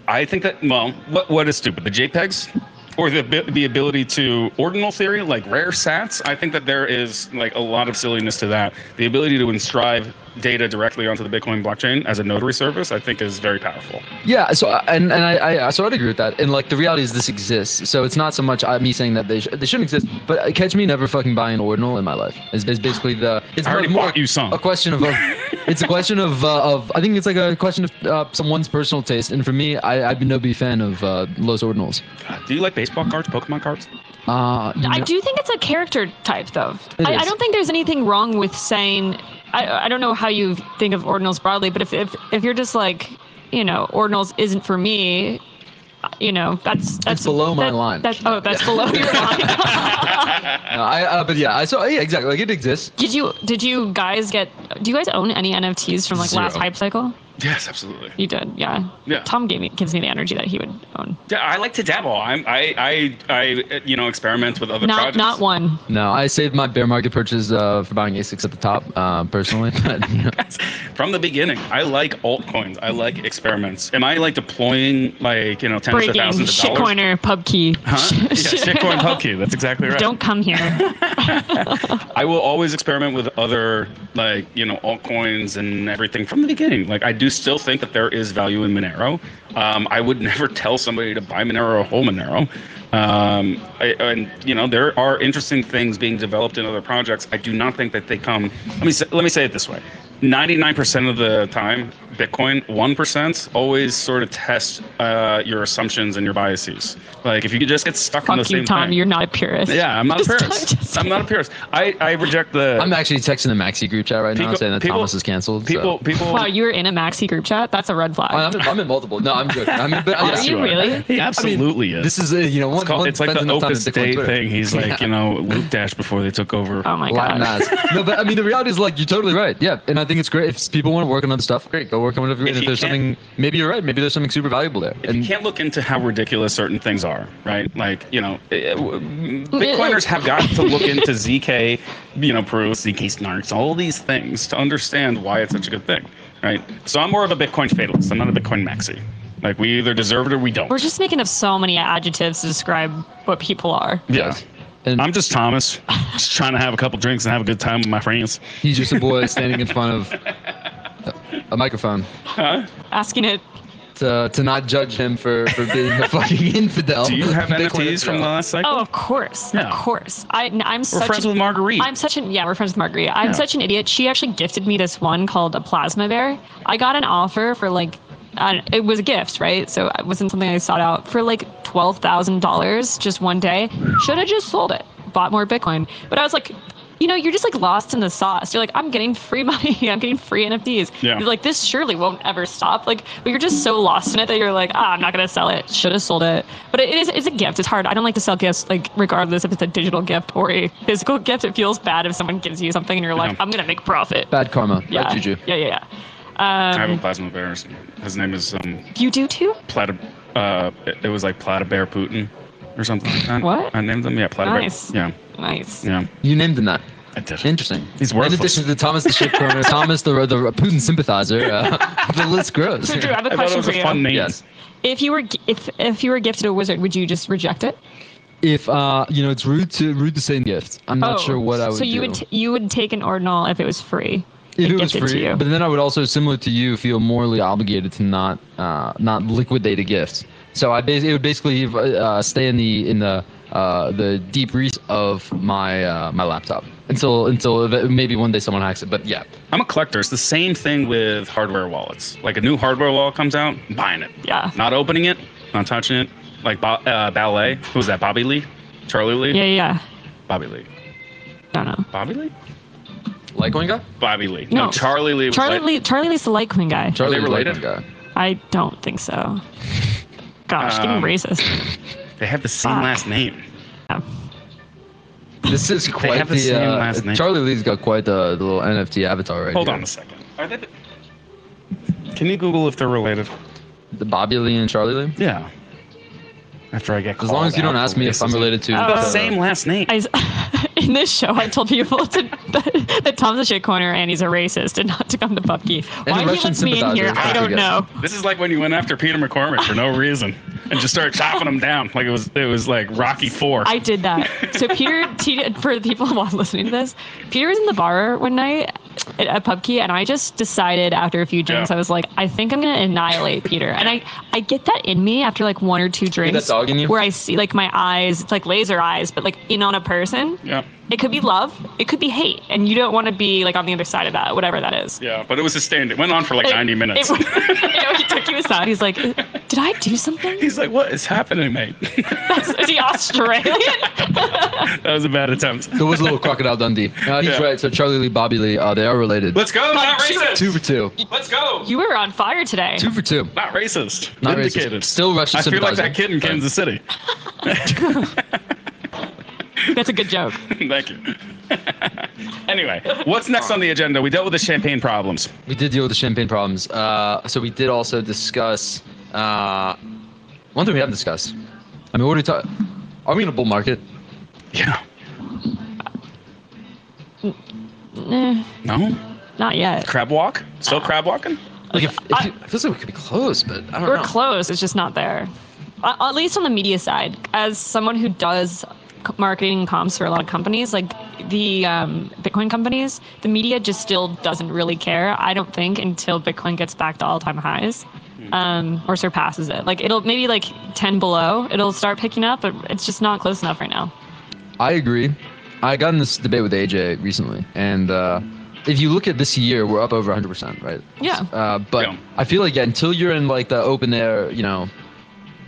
C: I think that well, what what is stupid? The JPEGs, or the abi- the ability to ordinal theory, like rare sats. I think that there is like a lot of silliness to that. The ability to inscribe data directly onto the Bitcoin blockchain as a notary service, I think, is very powerful.
D: Yeah, so I- and and I, I so I'd agree with that. And like the reality is this exists, so it's not so much uh, me saying that they sh- they shouldn't exist, but uh, catch me never fucking buying ordinal in my life. Is, is basically the it's
C: I already
D: more
C: bought you some.
D: a question of, of it's a question of uh, of I think it's like a question of uh, someone's personal taste. And for me, I, I've been no big fan of uh, Los Ordinals.
C: God, do you like baseball cards, Pokemon cards?
D: Uh, you
B: I
D: know-
B: do think it's a character type, though.
D: It
B: I,
D: is.
B: I don't think there's anything wrong with saying. I, I don't know how you think of ordinals broadly, but if, if if you're just like, you know, ordinals isn't for me, you know, that's that's
D: below my
B: that-
D: line.
B: That's, oh, that's below your line.
D: No, I uh, but yeah, I so yeah, exactly. Like it exists.
B: did you did you guys get? Do you guys own any NFTs from like last
D: Zero.
B: hype cycle?
C: Yes, absolutely.
B: You did, yeah.
C: Yeah.
B: Tom gave me gives me the energy that he would own.
C: Yeah, I like to dabble. I'm, I, I, I, you know, experiment with other
B: not
C: projects.
B: not one.
D: No, I saved my bear market purchase uh, for buying ASICs at the top uh, personally. But, you know,
C: From the beginning, I like altcoins. I like experiments. Am I like deploying like you know tens
B: Breaking
C: of thousands of dollars?
B: shitcoiner pub key.
C: Huh? Yeah, shitcoin pubkey. That's exactly right.
B: Don't come here.
C: I will always experiment with other like you know altcoins and everything from the beginning. Like I do still think that there is value in Monero. Um, I would never tell somebody to buy Monero or hold Monero. Um, I, and you know there are interesting things being developed in other projects. I do not think that they come. Let me say, let me say it this way: ninety-nine percent of the time, Bitcoin. One percent always sort of test uh, your assumptions and your biases. Like if you could just get stuck on the
B: Fuck
C: same
B: you, Tom.
C: thing.
B: You're not a purist.
C: Yeah, I'm not a
B: Just-
C: purist.
B: just-
C: I'm not a purist. I, I reject the
D: I'm actually texting the Maxi group chat right now
C: People-
D: saying that
C: people-
D: Thomas is canceled. so-
C: people people.
B: Wow, you were in a maxi group chat. That's a red flag.
D: Oh, I'm, in, I'm in multiple. No, I'm joking. I mean, but,
B: Are
D: yeah.
B: you really?
C: he absolutely is.
D: This is uh, you know one.
C: it's, called,
D: one
C: it's like
D: spends
C: the
D: enough time to
C: Opus
D: stick on
C: Day
D: Twitter.
C: thing. He's like you know Loop Dash before they took over.
B: Oh my
D: Latin
B: god.
D: ass. No, but I mean, the reality is like you're totally right. Yeah, and I think it's great if people want to work on other stuff. Great, go work on whatever.
C: If
D: If, if
C: you
D: there's
C: can't-
D: something, maybe you're right. Maybe there's something super valuable there.
C: If you
D: And
C: can't look into how ridiculous certain things are, right? Like you know, eh, w- Bitcoiners have got to look into zk, you know, proofs, zk snarks, all these things to understand why it's such a good thing, right? So I'm more of a Bitcoin fatalist. I'm not a Bitcoin maxi. Like we either deserve it or we don't.
B: We're just making up so many adjectives to describe what people are.
C: yeah.
D: and
C: I'm just Thomas, just trying to have a couple drinks and have a good time with my friends.
D: he's just a boy standing in front of a microphone
C: Huh?
B: Asking it.
D: to, to not judge him for, for being a fucking infidel.
C: Do you have
D: Bitcoin
C: NFTs from
D: infidel.
C: the last cycle?
B: Oh, of course,
C: Yeah.
B: of course. I, am
C: We're
B: such.
C: friends
B: an-
C: with Marguerite.
B: I'm such an yeah, we're friends with Marguerite. I'm
C: Yeah.
B: such an idiot. She actually gifted me this one called a plasma bear. I got an offer for like, I don't- it was a gift, right? So it wasn't something I sought out for like twelve thousand dollars just one day. Should have just sold it, bought more Bitcoin. But I was like, you know, you're just like lost in the sauce. You're like, I'm getting free money. I'm getting free NFTs.
C: Yeah.
B: You're like this surely won't ever stop. Like, but you're just so lost in it that you're like, ah, I'm not gonna sell it. Should have sold it. But it is it's a gift. It's hard. I don't like to sell gifts, like regardless if it's a digital gift or a physical gift. It feels bad if someone gives you something and you're like,
C: Yeah.
B: I'm gonna make profit.
D: Bad karma. Bad
B: yeah.
D: juju.
B: yeah, yeah,
C: I
B: yeah.
C: have a
B: Um,
C: plasma bear. His name is um,
B: you do too?
C: Plata. Uh, it- it was like Plata Bear Putin or something. like that.
B: What?
C: I named him. Yeah, Plata
B: Nice.
C: Bear.
B: Nice.
C: Yeah, yeah.
D: You named him that.
C: I did. it.
D: Interesting.
C: He's
D: In
C: worthless.
D: addition to Thomas the shitcoiner, Thomas the, the Putin sympathizer, uh, the list grows.
B: So Drew, I have
C: I thought
B: a
C: it
B: question
C: was
B: for
C: a
B: you.
C: fun name.
D: Yes.
B: If you were gi- if if you were gifted a wizard, would you just reject it?
D: If uh, you know, it's rude to rude to send gifts. I'm not
B: Oh,
D: sure what I would.
B: So you
D: do.
B: would t- you would take an ordinal if it was free.
D: if
B: and
D: it was
B: gift to
D: free,
B: you.
D: but then I would also, similar to you, feel morally obligated to not uh, not liquidate a gift. So I bas- it would basically uh, stay in the in the uh, the deep reach of my uh, my laptop until until ev- maybe one day someone hacks it. But yeah,
C: I'm a collector. It's the same thing with hardware wallets. Like a new hardware wallet comes out, I'm buying it.
B: Yeah.
C: Not opening it, not touching it. Like bo- uh, ballet. Who was that? Bobby Lee? Charlie Lee?
B: Yeah, yeah.
C: Bobby Lee.
B: yeah. Don't know.
C: Bobby Lee?
D: Litecoin guy,
C: Bobby Lee.
B: No.
C: Charlie Lee. Was
B: Charlie
C: like-
B: Lee, Charlie Lee's the Litecoin guy.
D: Charlie was
C: related?
D: Litecoin guy.
B: I don't think so. Gosh,
C: Um,
B: getting racist.
C: They have the same
B: Fuck.
C: last name.
B: Yeah.
D: This is quite
C: have the
D: the,
C: same
D: uh,
C: last name.
D: Charlie Lee's got quite the, the little NFT avatar right
C: Hold
D: here.
C: on a second. Are they? Can you Google if they're related?
D: The Bobby Lee and Charlie Lee.
C: Yeah. After I get
D: As long as you
C: called
D: don't
C: out
D: ask
C: for
D: me if I'm
C: racism.
D: related to.
B: Uh,
C: It's
D: the-
C: the Oh, same last name.
B: I s in this show, I told people to, that, that Tom's a shit corner and he's a racist and not to come to Bucky. Why he
D: Russian
B: lets me in
D: sympathizer,
B: here,
D: don't
B: I don't
D: forget.
B: know.
C: This is like when you went after Peter McCormick for no reason and just started chopping him down like it was it was like Rocky Four.
B: I did that. So Peter, T- for the people who are listening to this, Peter was in the bar one night at a pub key, and I just decided after a few drinks,
C: Yeah.
B: I was like, I think I'm gonna annihilate Peter. And I, I get that in me after like one or two drinks,
D: dog in you?
B: where I see like my eyes, it's like laser eyes, but like in on a person.
C: yeah,
B: It could be love, it could be hate, and you don't want to be like on the other side of that, whatever that is.
C: yeah, but it was sustained. It went on for like
B: It-
C: 90 minutes.
B: It, it, he took you aside. He's like, "Did I do something?"
C: He's like, "What is happening, mate?"
B: Is he Australian?
C: that was a bad attempt.
D: There was a little crocodile Dundee. Uh, he's
C: Yeah.
D: right. So Charlie Lee, Bobby Lee, uh, they are related.
C: Let's go, not
B: Two-
C: racist.
D: two for two.
C: Let's go.
B: You were on fire today.
D: Two for two.
C: Not racist.
D: Not racist.
C: Vindicated.
D: Still Russian
C: I feel like
D: sympathizer.
C: that kid in
D: Sorry.
C: Kansas City.
B: That's a good joke.
C: Thank you. anyway, what's next on the agenda? We dealt with the champagne problems.
D: We did deal with the champagne problems. Uh, so we did also discuss uh, one thing we haven't discussed. I mean, what are we talking? Are we in a bull market?
C: Yeah.
B: Eh,
C: No.
B: not yet.
C: Crab walk. Still crab walking.
D: Like, if, if
B: I-
D: you, it feels like we could be close, but I don't
B: We're
D: know.
B: close. It's just not there. A- At least on the media side, as someone who does c- marketing and comms for a lot of companies, like the um, Bitcoin companies, the media just still doesn't really care. I don't think until Bitcoin gets back to all-time highs um, or surpasses it. Like it'll maybe like 10 below, it'll start picking up, but it's just not close enough right now.
D: I agree. I got in this debate with AJ recently, and uh, if you look at this year, we're up over 100%, right?
B: Yeah.
D: Uh, but
C: Yeah.
D: I feel like yeah, until you're in like the open air, you know,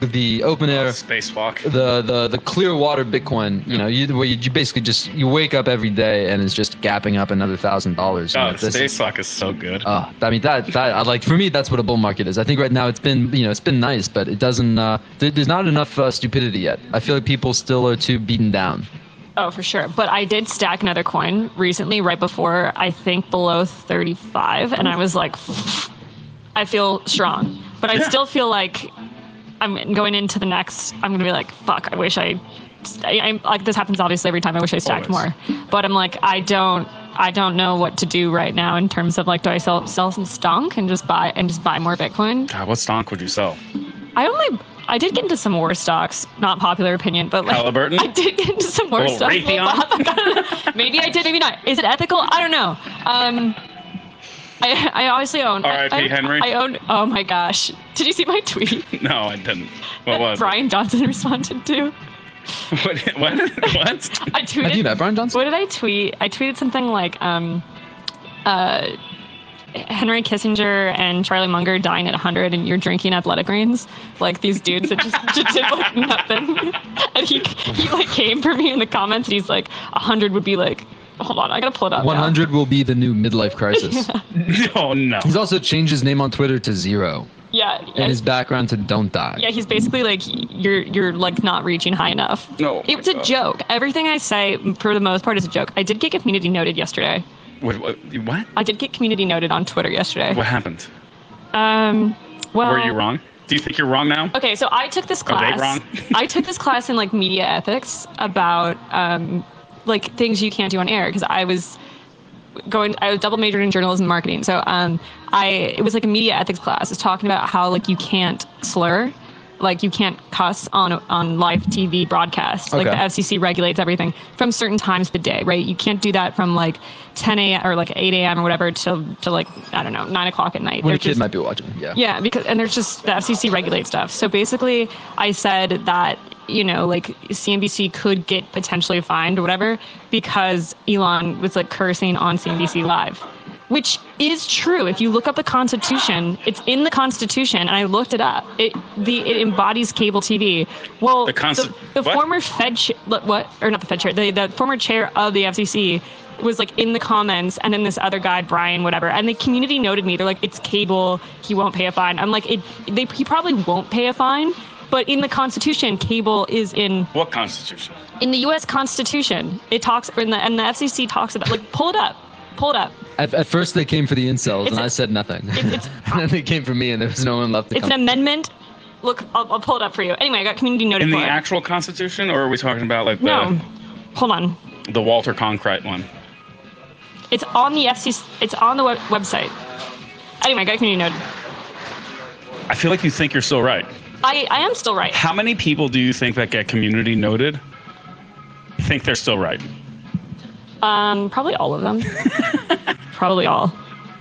D: the open air,
C: Space walk.
D: the the the clear water Bitcoin, you know, you where you, you basically just you wake up every day and it's just gapping up another thousand dollars.
C: Oh, the space walk is so good.
D: Uh, I mean that that I like for me that's what a bull market is. I think right now it's been you know it's been nice, but it doesn't. Uh, there, there's not enough uh, stupidity yet. I feel like people still are too beaten down.
B: Oh, for sure. But I did stack another coin recently, right before I think below 35, and I was like, I feel strong. But I
C: Yeah.
B: still feel like I'm going into the next. I'm gonna be like, fuck. I wish I. I I'm, like this happens obviously every time. I wish I stacked
C: Always.
B: more. But I'm like, I don't. I don't know what to do right now in terms of like, do I sell sell some stonk and just buy and just buy more Bitcoin?
C: God, what stonk would you sell?
B: I only. I did get into some war stocks. Not popular opinion, but like
C: Halliburton?
B: I did get into some war
C: Little
B: stocks.
C: Raytheon?
B: maybe I did, maybe not. Is it ethical? I don't know. Um, I I obviously own.
C: R.I.P.
B: I, I-
C: Henry.
B: I own. Oh my gosh! Did you see my tweet?
C: No, I didn't. What
B: that
C: was? it?
B: Brian Johnson responded to.
C: What? What? what?
B: I tweeted.
D: Have you met Brian Johnson?
B: What did I tweet? I tweeted something like, um, uh, Henry Kissinger and Charlie Munger dying at 100 and you're drinking athletic greens. Like these dudes that just, just did like nothing. And he, he like came for me in the comments and he's like, 100 would be like, hold on, I gotta pull it up. now."
D: 100 will be the new midlife crisis.
C: Oh no.
D: He's also changed his name on Twitter to
B: Yeah.
D: Zero
B: Yeah,
D: and his background to Don't Die.
B: yeah, he's basically like you're you're like not reaching high enough.
C: No.
B: It's a joke. Everything I say for the most part is a joke. I did get community noted yesterday.
C: What? What? What,
B: I did get community noted on Twitter yesterday.
C: what happened?
B: Um, well,
C: Were you wrong? Do you think you're wrong now?
B: Okay, so I took this
C: Are they
B: class.
C: wrong?
B: I took this class in like media ethics about um, like things you can't do on air because I was going. I was double majored in journalism and marketing, so um, I it was like a media ethics class. It's talking about how like you can't slur. Like you can't cuss on on live TV broadcast. Like
D: Okay.
B: the FCC regulates everything from certain times of the day, right? You can't do that from like 10 a.m. or like 8 a.m. or whatever till to like I don't know 9 o'clock at night.
D: When
B: They're
D: a kid
B: just-
D: might be watching. Yeah.
B: yeah, because and there's just the FCC regulates stuff. So basically, I said that you know like CNBC could get potentially fined or whatever because Elon was like cursing on CNBC live, which is true. If you look up the Constitution, it's in the Constitution, and I looked it up. It the it embodies cable TV. Well,
C: The Consti-
B: the, the
C: what?
B: former Fed cha- look, what or not the Fed chair, the, the former chair of the FCC was like in the comments, and then this other guy Brian whatever, and the community noted me. They're like, it's cable, he won't pay a fine. I'm like, it, they he probably won't pay a fine, But in the Constitution, cable is in
C: What constitution?
B: in the U.S. Constitution. It talks in the and the FCC talks about like pull it up, pull it up.
D: At, at first, they came for the incels,
B: It's
D: and
B: a-
D: I said nothing.
B: it's-
D: and then they came for me, and there was no one left to
B: It's an
D: come.
B: amendment. Look, I'll, I'll pull it up for you. Anyway, I got community noted
C: In the Uh,
B: for it.
C: actual constitution, or are we talking about like the
B: no, hold on.
C: the Walter Cronkite one?
B: It's on the FCC. It's on the web- website. Anyway, I got community noted.
C: I feel like you think you're still right.
B: I I am still right.
C: How many people do you think that get community noted? Think they're still right?
B: Um, probably all of them. probably all.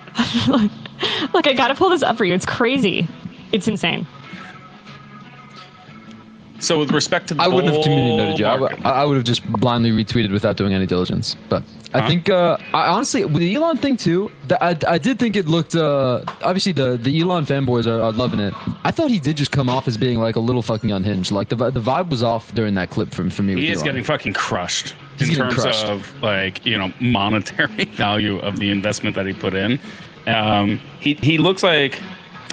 B: Look, I gotta pull this up for you. It's crazy. It's insane.
C: So with respect to the
D: I wouldn't have
C: bull
B: Oh
D: community noted you. I would-
C: market-
D: I- I would have just blindly retweeted without doing any diligence. But I
C: Huh?
D: think, uh, I honestly, with the Elon thing too, the, I, I did think it looked. Uh, obviously, the, the Elon fanboys are, are loving it. I thought he did just come off as being like a little fucking unhinged. Like the vi- the vibe was off during that clip from for me. with
C: he is
D: Elon.
C: getting fucking crushed
D: He's
C: in
D: getting
C: terms
D: crushed.
C: of like you know monetary value of the investment that he put in. Um, he he looks like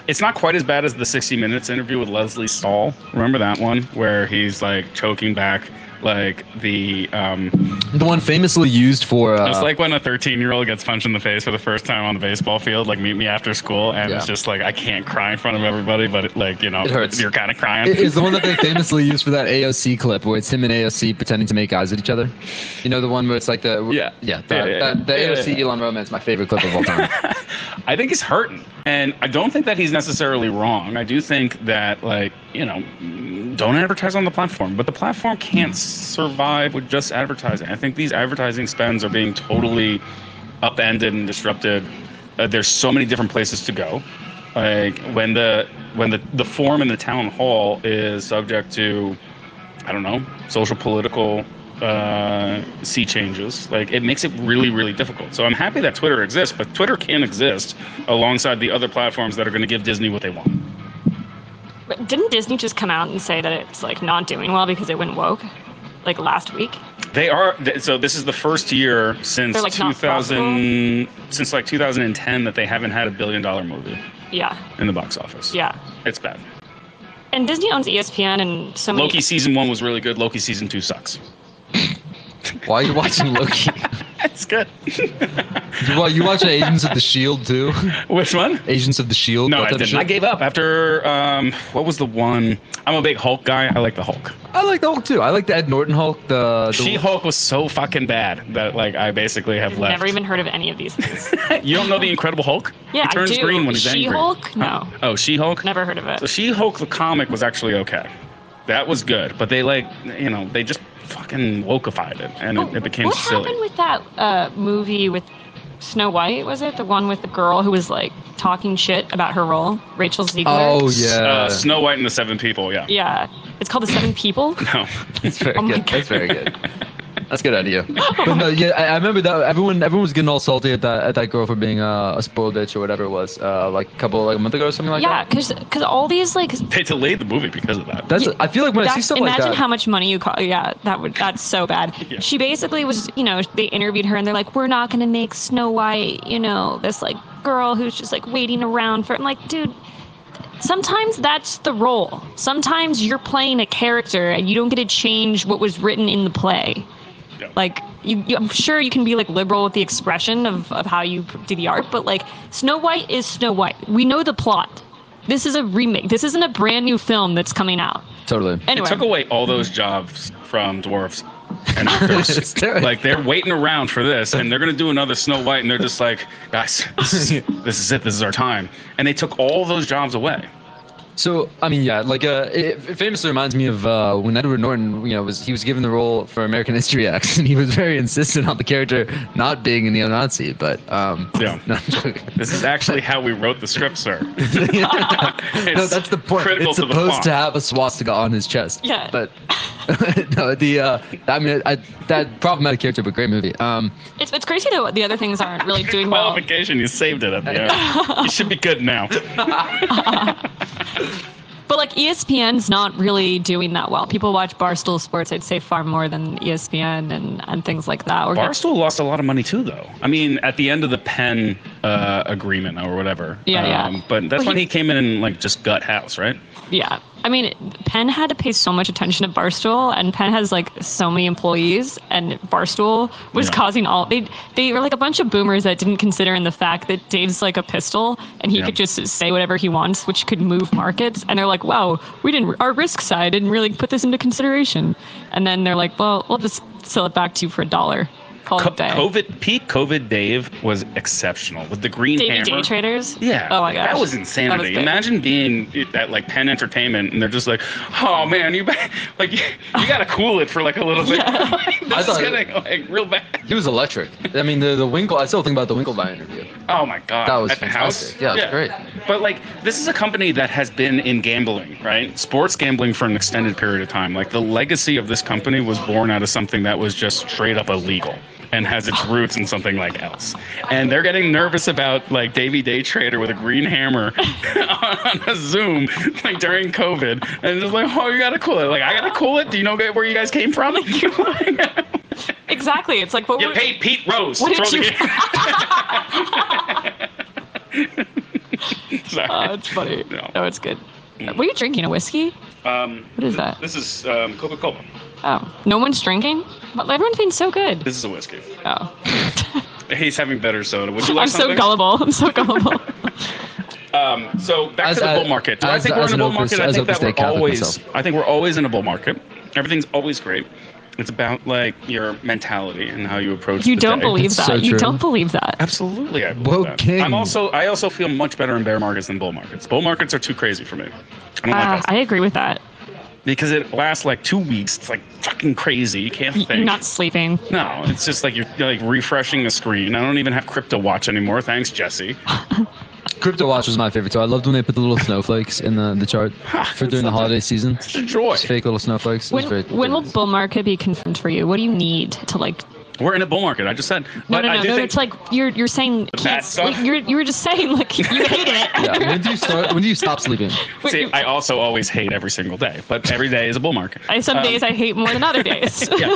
C: it's not quite as bad as the 60 Minutes interview with Leslie Stahl. Remember that one where he's like choking back like the um,
D: the one famously used for. Uh,
C: it's like when a 13 year old gets punched in the face for the first time on the baseball field. Like meet me after school, and it's
D: Yeah.
C: just like I can't cry in front of everybody, but it, like you know
D: It hurts.
C: you're kind of crying.
D: It is the one that they famously used for that AOC clip where it's him and AOC pretending to make eyes at each other. You know the one where it's like the
C: Yeah.
D: yeah, the,
C: Yeah, yeah, yeah.
D: the- the
C: Yeah, yeah,
D: AOC Elon romance, my favorite clip of all time.
C: I think he's hurting, and I don't think that he's necessarily wrong. I do think that, like, you know, don't advertise on the platform, but the platform can't survive with just advertising. I think these advertising spends are being totally upended and disrupted. Uh, there's so many different places to go. Like when the when the the forum in the town hall is subject to I don't know, social, political uh, sea changes. Like it makes it really, really difficult. So I'm happy that Twitter exists, but Twitter can exist alongside the other platforms that are going to give Disney what they want.
B: But didn't Disney just come out and say that it's like not doing well because it went woke, like last week?
C: They are th- so. This is the first year since
B: They're, like, not
C: 2000, since like 2010, that they haven't had a billion dollar movie
B: Yeah,
C: in the box office.
B: yeah.
C: it's bad.
B: And Disney owns E ESPN and so many.
C: Loki season one was really good. Loki season two sucks.
D: While you're watching Loki,
C: It's good.
D: while you watch Agents of the Shield too,
C: Which one?
D: Agents of the Shield.
C: No,
D: that
C: I
D: type of
C: didn't.
D: shit.
C: I gave up after um, what was the one? I'm a big Hulk guy. I like the Hulk.
D: I like the Hulk too. I like the Ed Norton Hulk. The, the
C: She Hulk was so fucking bad that like I basically have
B: I've
C: left.
B: never even heard of any of these things.
C: you don't know the Incredible Hulk?
B: Yeah,
C: he
B: I
C: turns
B: do.
C: green when he's angry.
B: She-Hulk? No,
C: Oh, She Hulk.
B: never heard of it.
C: So She Hulk the comic was actually okay. That was good, but they like you know they just fucking wokeified it and
B: Oh,
C: it, it became
B: what
C: silly.
B: happened with that uh, movie with Snow White? Was it the one with the girl who was like talking shit about her role, Rachel Ziegler?
D: oh
C: uh,
D: yeah,
C: Snow White and the Seven People. Yeah.
B: yeah. It's called The Seven People.
C: No.
D: that's very
B: oh my
D: good.
B: God.
D: That's very good. That's a good idea. But no, yeah, I, I remember that everyone everyone was getting all salty at that at that girl for being uh, a spoiled bitch or whatever it was. Uh, like a couple like a month ago or something like
B: yeah,
D: that.
B: because all these like
C: they delayed the movie because of that.
D: That's I feel like when I see
B: That's,
D: stuff
B: imagine
D: like that.
B: how much money you call. Yeah, that would that's so bad.
C: Yeah.
B: She basically was, you know, they interviewed her and they're like, "We're not going to make Snow White, you know, this like girl who's just like waiting around for." I'm like, dude, sometimes that's the role. Sometimes you're playing a character and you don't get to change what was written in the play.
C: Yeah.
B: Like, you, you, I'm sure you can be like liberal with the expression of of how you do the art, but like Snow White is Snow White. We know the plot. This is a remake. This isn't a brand new film that's coming out.
D: Totally.
B: Anyway,
C: It took away all those jobs from dwarves and actors.
D: terrible.
C: like they're waiting around for this, and they're gonna do another Snow White, and they're just like, guys, this is, this is it. This is our time. And they took all those jobs away.
D: So I mean, yeah, like uh, it, it famously reminds me of uh, when Edward Norton, you know, was he was given the role for American History X, and he was very insistent on the character not being a neo-Nazi. But um,
C: Yeah.
D: no, I'm joking.
C: This is actually how we wrote the script, sir.
D: no, that's the point.
C: critical
D: It's
C: to the
D: supposed
C: plot.
D: to have a swastika on his chest.
B: Yeah.
D: but no, the uh, I mean, I, that problematic character, but great movie. Um,
B: It's, it's crazy though. The other things aren't really doing well.
C: Qualification, you saved it at the end. You should be good now.
B: But like E ESPN's not really doing that well. People watch Barstool Sports, I'd say, far more than E ESPN and, and things like that. Or
C: Barstool lost a lot of money too, though. I mean, at the end of the Penn uh, agreement or whatever. Um,
B: Yeah, yeah.
C: But that's
B: Well,
C: when
B: he-
C: he came in and like just gut house, right?
B: yeah, I mean, Penn had to pay so much attention to Barstool, and Penn has like so many employees, and Barstool was
C: Yeah.
B: causing all they they were like a bunch of boomers that didn't consider in the fact that Dave's like a pistol, and he
C: Yeah.
B: could just say whatever he wants, which could move markets. And they're like, wow, we didn't our risk side didn't really put this into consideration, and then they're like, well, we'll just sell it back to you for a dollar. Call
C: Co-
B: it a day.
C: COVID peak COVID Dave was exceptional with the green
B: Davey
C: hammer.
B: day traders.
C: Yeah.
B: Oh my gosh.
C: That was
B: That was
C: insanity.
B: big.
C: Imagine being at like Penn Entertainment and they're just like, oh man, you ba- like you, you gotta cool it for like a little bit.
B: Yeah.
C: Like, this
D: I
C: is
D: thought-
C: getting like real bad.
D: He was electric. I mean, the the Winkle. I still think about the Winkleby interview.
C: Oh my god.
D: That was
C: at the
D: fantastic.
C: house.
D: Yeah, it was great.
C: But like this is a company that has been in gambling, right? Sports gambling for an extended period of time. Like the legacy of this company was born out of something that was just straight up illegal and has its roots in something like else. And they're getting nervous about like Davy Day Trader with a green hammer on a Zoom like during COVID and just like, oh you gotta cool it. Like I gotta cool it. Do you know where you guys came from? you
B: exactly. It's like what were-
C: paid Pete Rose
B: What
C: to
B: did
C: throw
B: you-
C: the game. Sorry.
B: Oh, it's funny.
C: No. Mm.
B: No, it's good. Were you drinking a whiskey?
C: Um,
B: What is that?
C: This is um, Coca Cola.
B: Oh, no one's drinking? But everything's so good.
C: This is a whiskey.
B: Oh.
C: He's having better soda. Would you like
B: I'm so
C: something?
B: gullible. I'm so gullible.
C: Um, so back
D: As-
C: to the
D: as-
C: bull market. Do I
D: as-
C: think we're
D: as
C: in a
D: an
C: bull
D: Oakland-
C: market? I
D: as
C: think that
D: Oakland
C: we're
D: State Catholic
C: always.
D: myself.
C: I think we're always in a bull market. Everything's always great. It's about like your mentality and how you approach.
B: you
C: the
B: don't
C: day.
B: believe that.
D: so
B: you
D: true.
B: don't believe that.
C: Absolutely, I believe
D: Well,
C: that.
D: King.
C: I'm also. I also feel much better in bear markets than bull markets. Bull markets are too crazy for me. I don't
B: Uh,
C: like that
B: I agree with that.
C: because it lasts like two weeks. It's like fucking crazy. You can't think.
B: You're not sleeping.
C: No, it's just like you're like refreshing the screen. I don't even have crypto watch anymore. Thanks, Jesse.
D: Crypto Watch was my favorite. So I loved when they put the little snowflakes in the, the chart for during the holiday season.
C: It's a joy.
D: Just fake little snowflakes. It was
B: When,
D: very-
B: when will bull market be confirmed for you? What do you need to like?
C: We're in a bull market. I just said.
B: No,
C: But
B: no,
C: I
B: no,
C: do
B: no.
C: think,
B: It's like you're you're saying
C: bad
B: can't
C: stuff?
B: sleep. You're you were just saying like you hate it.
D: yeah, when do you start? When do you stop sleeping?
C: See, I also always hate every single day, but every day is a bull market.
B: I, some days I hate more than other days.
C: yeah.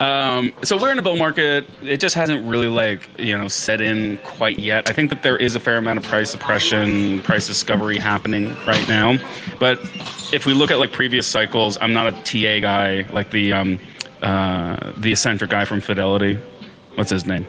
C: Um, so we're in a bull market. It just hasn't really like you know set in quite yet. I think that there is a fair amount of price suppression, price discovery happening right now. But if we look at like previous cycles, I'm not a TA guy like the um, uh, the eccentric guy from Fidelity. What's his name?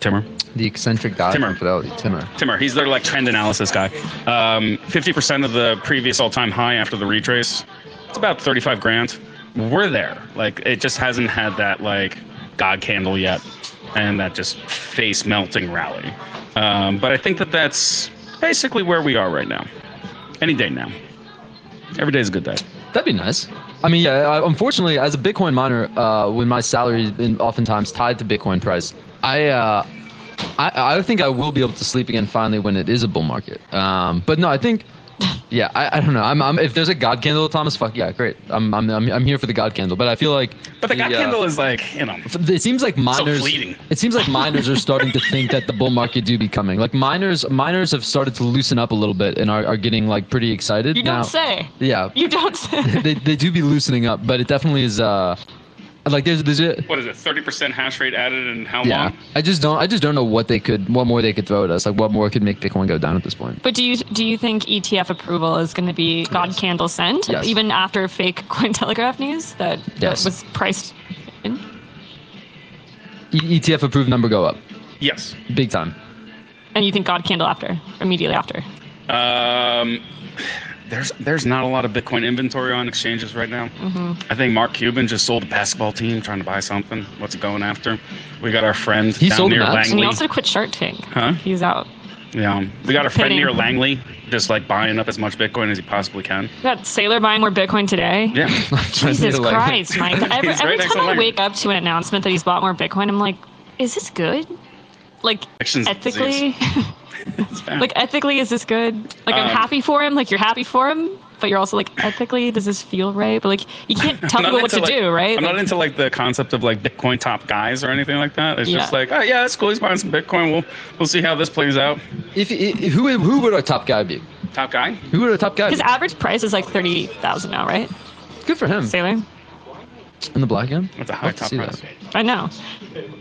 C: Timmer.
D: The eccentric guy.
C: Timmer.
D: from Fidelity. Timmer.
C: Timmer. He's their like trend analysis guy. Um, 50% of the previous all-time high after the retrace. It's about 35 grand. We're there. Like it just hasn't had that like god candle yet, and that just face melting rally. Um, but I think that that's basically where we are right now. Any day now. Every day is a good day.
D: That'd be nice. I mean, yeah. I, unfortunately, as a Bitcoin miner, uh, when my salary has been oftentimes tied to Bitcoin price, I, uh, I, I think I will be able to sleep again finally when it is a bull market. Um, but no, I think, yeah, I, I don't know. I'm, I'm, if there's a God candle, Thomas, fuck yeah, great. I'm, I'm, I'm, I'm here for the God candle. But I feel like,
C: But the god
D: uh,
C: candle is like you know.
D: F- It seems like miners.
C: fleeting.
D: it seems like miners are starting to think that the bull market do be coming. Like miners, miners have started to loosen up a little bit and are, are getting like pretty excited
B: You
D: now.
B: don't say.
D: Yeah,
B: You don't say.
D: they, they do be loosening up, but it definitely is. Uh, like there's there's a,
C: What is it? 30% hash rate added, and how
D: yeah.
C: long?
D: I just don't I just don't know what they could what more they could throw at us. Like what more could make Bitcoin go down at this point?
B: But do you do you think ETF approval is going to be God candle sent
D: Yes.
B: even after fake Cointelegraph news that,
D: Yes.
B: that was priced in?
D: E- ETF approved number go up
C: Yes.
D: big time.
B: And you think God candle after immediately after?
C: Um, there's there's not a lot of Bitcoin inventory on exchanges right now.
B: Mm-hmm.
C: I think Mark Cuban just sold a basketball team trying to buy something. What's he going after? We got our friend
D: He
C: down
D: sold
C: near
D: them out?
B: And
C: Langley.
B: he also quit Shark Tank.
C: Huh?
B: He's out.
C: yeah, we got our friend
B: Kidding.
C: near Langley just like buying up as much Bitcoin as he possibly can.
B: We got Sailor buying more Bitcoin today.
C: Yeah,
B: Jesus
D: Like-
B: Christ, Mike! Every,
C: He's right
B: every
C: next to
B: time I
C: Larry.
B: wake up to an announcement that he's bought more Bitcoin, I'm like, is this good? Like
C: Action's a
B: ethically,
C: it's bad.
B: like ethically, is this good? Like I'm
C: Hmm. Um,
B: happy for him. Like you're happy for him, but you're also like ethically, does this feel right? But like you can't tell
C: I'm not
B: people what to
C: into, like-
B: do, right?
C: I'm
B: Like,
C: not into like the concept of like Bitcoin top guys or anything like that. It's just
B: Yeah.
C: like, oh yeah, it's cool. He's buying some Bitcoin. We'll we'll see how this plays out.
D: If, if who who would our top guy be?
C: Top guy.
D: Who would our top guy? Be?
B: His average price is like thirty thousand now, right?
D: Good for him.
B: Sailor.
D: In the black end.
C: That's a
D: I'll
C: high
D: have to
C: top
D: see
C: price.
D: that.
B: I know.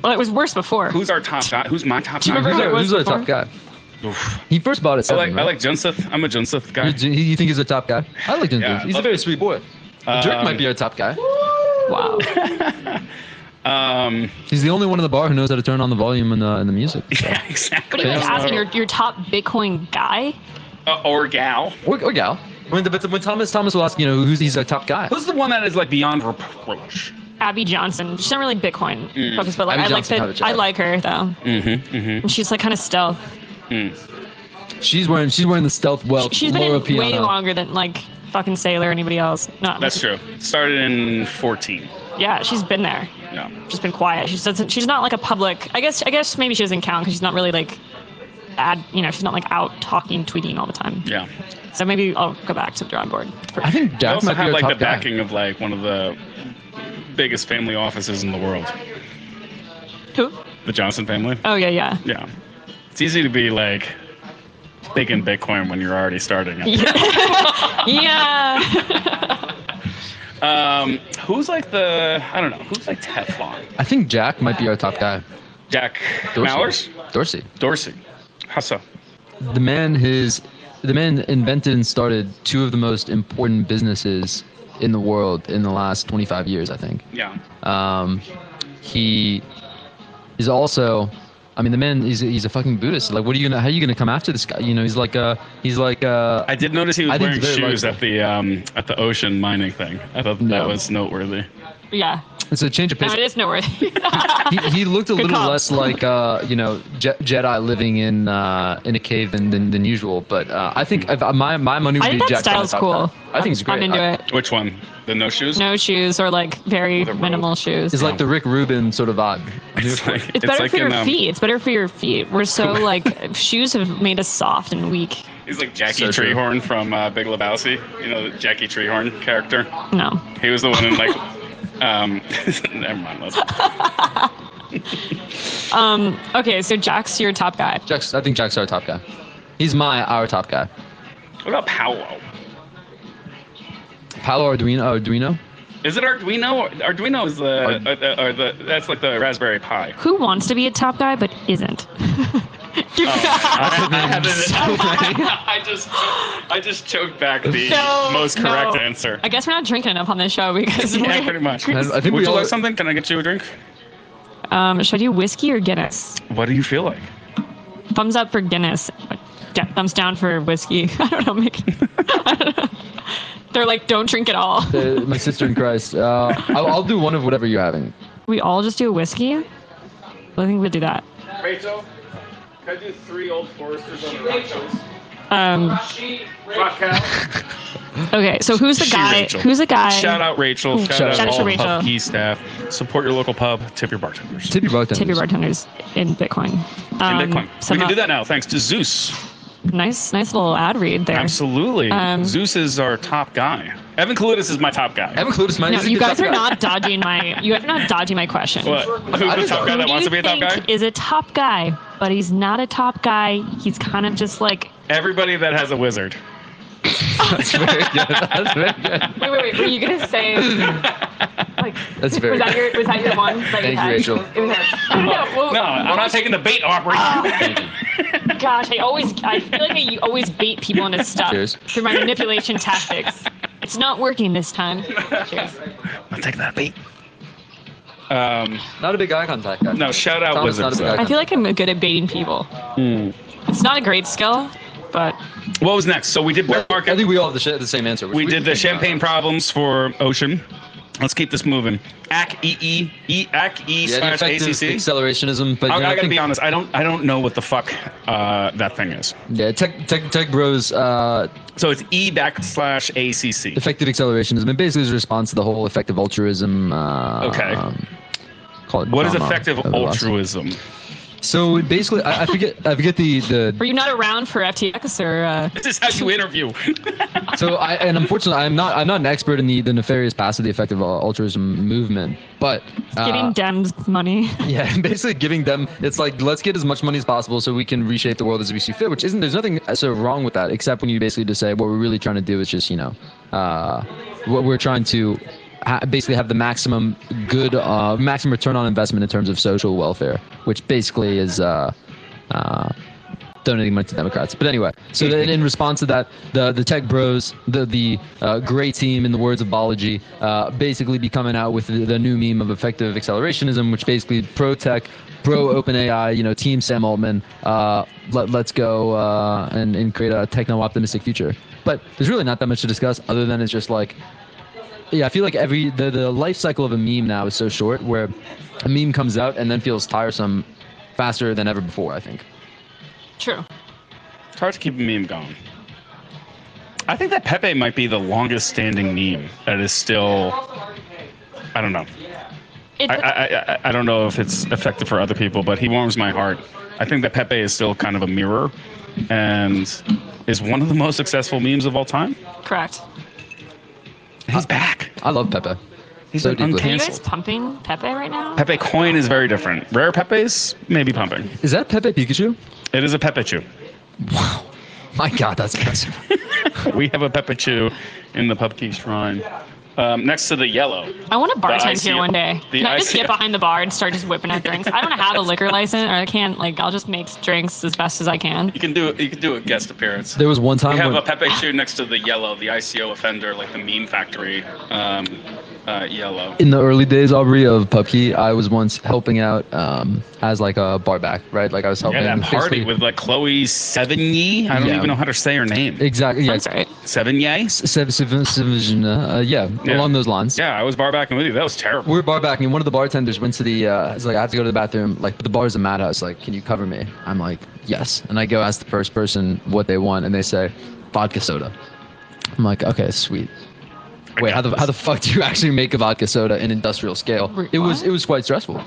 B: Well, it was worse before.
C: Who's our top guy? Who's my top
B: Do you
C: guy?
B: remember
D: Who's
B: who it
D: our,
B: was
D: who's
B: before?
D: our top guy?
C: Oof.
D: He first bought at
C: I
D: seven.
C: like I
D: right?
C: like Jenseth. I'm a Jenseth guy.
D: You, you think he's a top guy? I like him.
C: Yeah, Uh,
D: He's a
C: love
D: very
C: it.
D: sweet boy. Dirk might be our top guy.
B: Wow.
C: Um,
D: He's the only one in the bar who knows how to turn on the volume and the, and the music.
C: yeah, exactly.
B: What are you like
D: Yeah.
B: asking your, your top Bitcoin guy?
C: Uh, or gal.
D: Or, or gal. When, the, but the- when Thomas Thomas will ask, you know, who's he's a top guy?
C: Who's the one that is like beyond reproach?
B: Abby Johnson. She's not really Bitcoin
C: Hmm.
B: focused, but like I
D: Abby Johnson, how
B: like
D: did
B: that.
D: you-
B: I like her though.
C: Mm-hmm. Mm-hmm.
B: And she's like kind of stealth.
D: She's wearing she's wearing the stealth well.
B: She's been
D: Laura
B: in way
D: Piano.
B: longer than like fucking Sailor or anybody else. Not
C: That's true. Started in 14.
B: Yeah, she's been there.
C: Yeah.
B: She's been quiet. She doesn't. She's not like a public. I guess. I guess maybe she doesn't count because she's not really like, ad. You know, she's not like out talking, tweeting all the time.
C: Yeah.
B: So maybe I'll go back to the drawing board.
D: I think
C: I
D: Dak
C: also
D: might be
C: have
D: our
C: like
D: top
C: the
D: guy.
C: backing of like one of the biggest family offices in the world,
B: Who?
C: the Johnson family.
B: Oh yeah, yeah.
C: Yeah. It's easy to be like thinking Bitcoin when you're already starting. it.
B: yeah.
C: Um, who's like the I don't know who's like Teflon?
D: I think Jack might be our top guy.
C: Jack
D: Dorsey.
C: Mallers?
D: Dorsey.
C: Dorsey. How so?
D: The man his the man invented and started two of the most important businesses in the world in the last 25 years, I think.
C: Yeah.
D: Um, he is also, I mean, the man he's a, he's a fucking Buddhist. Like, what are you gonna? How are you gonna come after this guy? You know, he's like uh he's like uh
C: I did notice he was
D: I think
C: wearing
D: it's
C: shoes
D: very
C: at the um, at the ocean mining thing. I thought
D: No.
C: that was noteworthy.
B: yeah.
D: it's a change of
B: No,
D: pace.
B: it is noteworthy.
D: He, he looked a
B: Good
D: little
B: call.
D: less like uh you know Je- Jedi living in uh in a cave than than, than usual. But uh, I think if, my my money would
B: I
D: be
B: think that
D: Jack
B: style's
D: Donald's
B: cool.
D: outfit. I think it's great.
B: I'm into
D: I-
B: it.
C: Which one? The no shoes?
B: No shoes or like very
C: With a rope.
B: minimal shoes.
D: It's like the Rick Rubin sort of uh, vibe.
C: It's like
B: It's, better
C: like
B: for your
C: in, um,
B: feet. It's better for your feet. We're so like shoes have made us soft and weak.
C: He's like Jackie
D: So true.
C: Treehorn from uh, Big Lebowski. You know, the Jackie Treehorn character.
B: No.
C: He was the one in like. um, never mind. Let's,
B: Um. Okay. So Jack's your top guy.
D: Jack's, I think Jack's our top guy. He's my our top guy.
C: what about Paolo?
D: Paolo Arduino Arduino.
C: Is it Arduino? Arduino is the,
D: Ard-
C: or the, or the that's like the Raspberry Pi.
B: Who wants to be a top guy but isn't?
C: Oh, I, I, haven't-
D: many.
C: I just I just choked back the
B: Um, No,
C: most correct
B: no.
C: answer.
B: I guess we're not drinking enough on this show because
C: Yeah,
B: we're-
C: pretty much.
D: I I think
C: Would
D: we
C: you
D: all,
C: like something? Can I get you a drink?
B: Um. Should I do whiskey or Guinness?
C: What do you feel like?
B: Thumbs up for Guinness. Yeah, Thumbs down for whiskey. I don't know. Make, I don't know. They're like, don't drink at all.
D: uh, my sister in Christ. Uh, I'll, I'll do one of whatever you're having.
B: We all just do a whiskey. I think we'll do that.
C: Rachel, can I do three old foresters on the Rachel's?
B: Um. Okay. So who's the
C: She
B: guy?
C: Rachel.
B: Who's the guy?
C: Shout out Rachel. Shout,
D: Shout
C: out,
D: out
C: all
D: to
C: the
B: Rachel.
C: Pub Key staff. Support your local pub. Tip your bartenders.
D: Tip your bartenders.
B: Tip your bartenders in Bitcoin. Um,
C: and Bitcoin.
B: so
C: we can
B: not-
C: do that now, thanks to Zeus.
B: Nice, nice little ad read there.
C: Absolutely.
B: Um,
C: Zeus is our top guy. Evan Kalutis is my top guy.
D: Evan Clutis, man.
B: No,
D: he's a
B: you
D: good
B: guys
D: top
B: are
D: guy.
B: not dodging my. You guys are not dodging my question.
C: what? Who's the top guy
B: Who
C: that
B: do
C: wants
B: you
C: to be a top guy?
B: think is a top guy, but he's not a top guy. He's kind of just like.
C: Everybody that has a wizard.
D: That's very good. That's very good.
B: Wait, wait, wait. Were you gonna say? Like,
D: That's very good.
B: your was that your one? That
D: Thank you, had? Rachel.
B: no,
C: Uh, No, I'm not taking the bait, Aubrey.
D: Ah.
B: Gosh, I always I feel like I always bait people into stuff
D: Cheers.
B: through my manipulation tactics. It's not working this time. Cheers.
C: I'll take that bait. Um,
D: Not a big eye contact guy.
C: no, shout out
D: Thomas,
C: wizards.
D: not a
C: though.
B: I
D: bad
B: feel like I'm good at baiting people. It's not a great skill, but
C: What was next? So we did bear
D: I
C: market.
D: think we all have the, sh- the same answer.
C: We did the
D: think about
C: champagne
D: it.
C: problems for Ocean. Let's keep this moving. ACK EE, E- ACK E
D: Yeah, the
C: slash
D: effective
C: ACC.
D: accelerationism, but
C: I,
D: you know,
C: I
D: I
C: gotta
D: think-
C: be honest. I don't. I don't know what the fuck uh, that thing is.
D: yeah, tech tech tech bros. Uh,
C: So it's E backslash ACC.
D: effective accelerationism. It basically is a response to the whole effective altruism. Uh,
C: Okay.
D: um, call it
C: What is
D: drama
C: effective
D: of the last-
C: altruism?
D: So basically, I, I forget. I forget the the.
B: were you not around for FTX or? Uh,
C: This is how you interview.
D: So I and unfortunately, I'm not. I'm not an expert in the the nefarious past of the effective al- altruism movement, but uh,
B: Giving Dems money.
D: yeah, basically giving them. It's like let's get as much money as possible so we can reshape the world as we see fit. Which isn't. There's nothing so wrong with that, except when you basically just say what we're really trying to do is just you know, uh, what we're trying to. ha- Basically, have the maximum good, uh, maximum return on investment in terms of social welfare, which basically is uh, uh, donating money to Democrats. But anyway, so then in response to that, the the tech bros, the the uh, gray team, in the words of Balaji, uh, basically be coming out with the, the new meme of effective accelerationism, which basically pro tech, pro OpenAI, you know, team Sam Altman, uh, let, let's go uh, and, and create a techno optimistic future. But there's really not that much to discuss other than it's just like yeah, I feel like every the, the life cycle of a meme now is so short where a meme comes out and then feels tiresome faster than ever before, I think.
B: True.
C: It's hard to keep a meme going. I think that Pepe might be the longest standing meme that is still. I don't know.
B: It,
C: I, I, I, I don't know if it's effective for other people, but he warms my heart. I think that Pepe is still kind of a mirror and is one of the most successful memes of all time.
B: correct.
C: He's back.
D: I love Pepe.
C: He's
D: So
C: so been
D: deeply.
B: Are you guys
C: uncanceled.
B: pumping Pepe right now?
C: Pepe coin is very different. Rare Pepe's maybe pumping.
D: Is that Pepe Pikachu?
C: It is a Pepe Chew.
D: Wow. My God, that's impressive.
C: We have a Pepe Chew in the Pupkey Shrine. Um, next to the yellow.
B: I want to bartend
C: ICO
B: here one day.
C: the
B: Can I just get
C: ICO
B: behind the bar and start just whipping out drinks? I don't have a liquor license, or I can't. Like, I'll just make drinks as best as I can.
C: You can do you can do a guest appearance.
D: There was one time
C: We have
D: when
C: a Pepe Chew next to the yellow, the ICO offender, like the meme factory um, uh, yellow.
D: in the early days, Aubrey of Pupkey, I was once helping out um, as like a bar back, right? Like I was helping.
C: Yeah, that party
D: basically-
C: with like Chloe Sevigny. I don't
D: Yeah.
C: even know how to say her name.
D: exactly. Yeah,
B: That's right.
C: Sevigny?
D: Sev- Sev- Sev- uh, yeah,
C: Yeah.
D: along those lines.
C: Yeah, I was bar backing with you. That was terrible.
D: We were bar backing. One of the bartenders went to the. Uh, he's like, I have to go to the bathroom. Like the bar's a madhouse. Like, can you cover me? I'm like, yes. And I go ask the first person what they want, and they say, vodka soda. I'm like, okay, sweet. Wait, how the how the fuck do you actually make a vodka soda in industrial scale?
B: Wait,
D: It was
B: what?
D: it was quite stressful.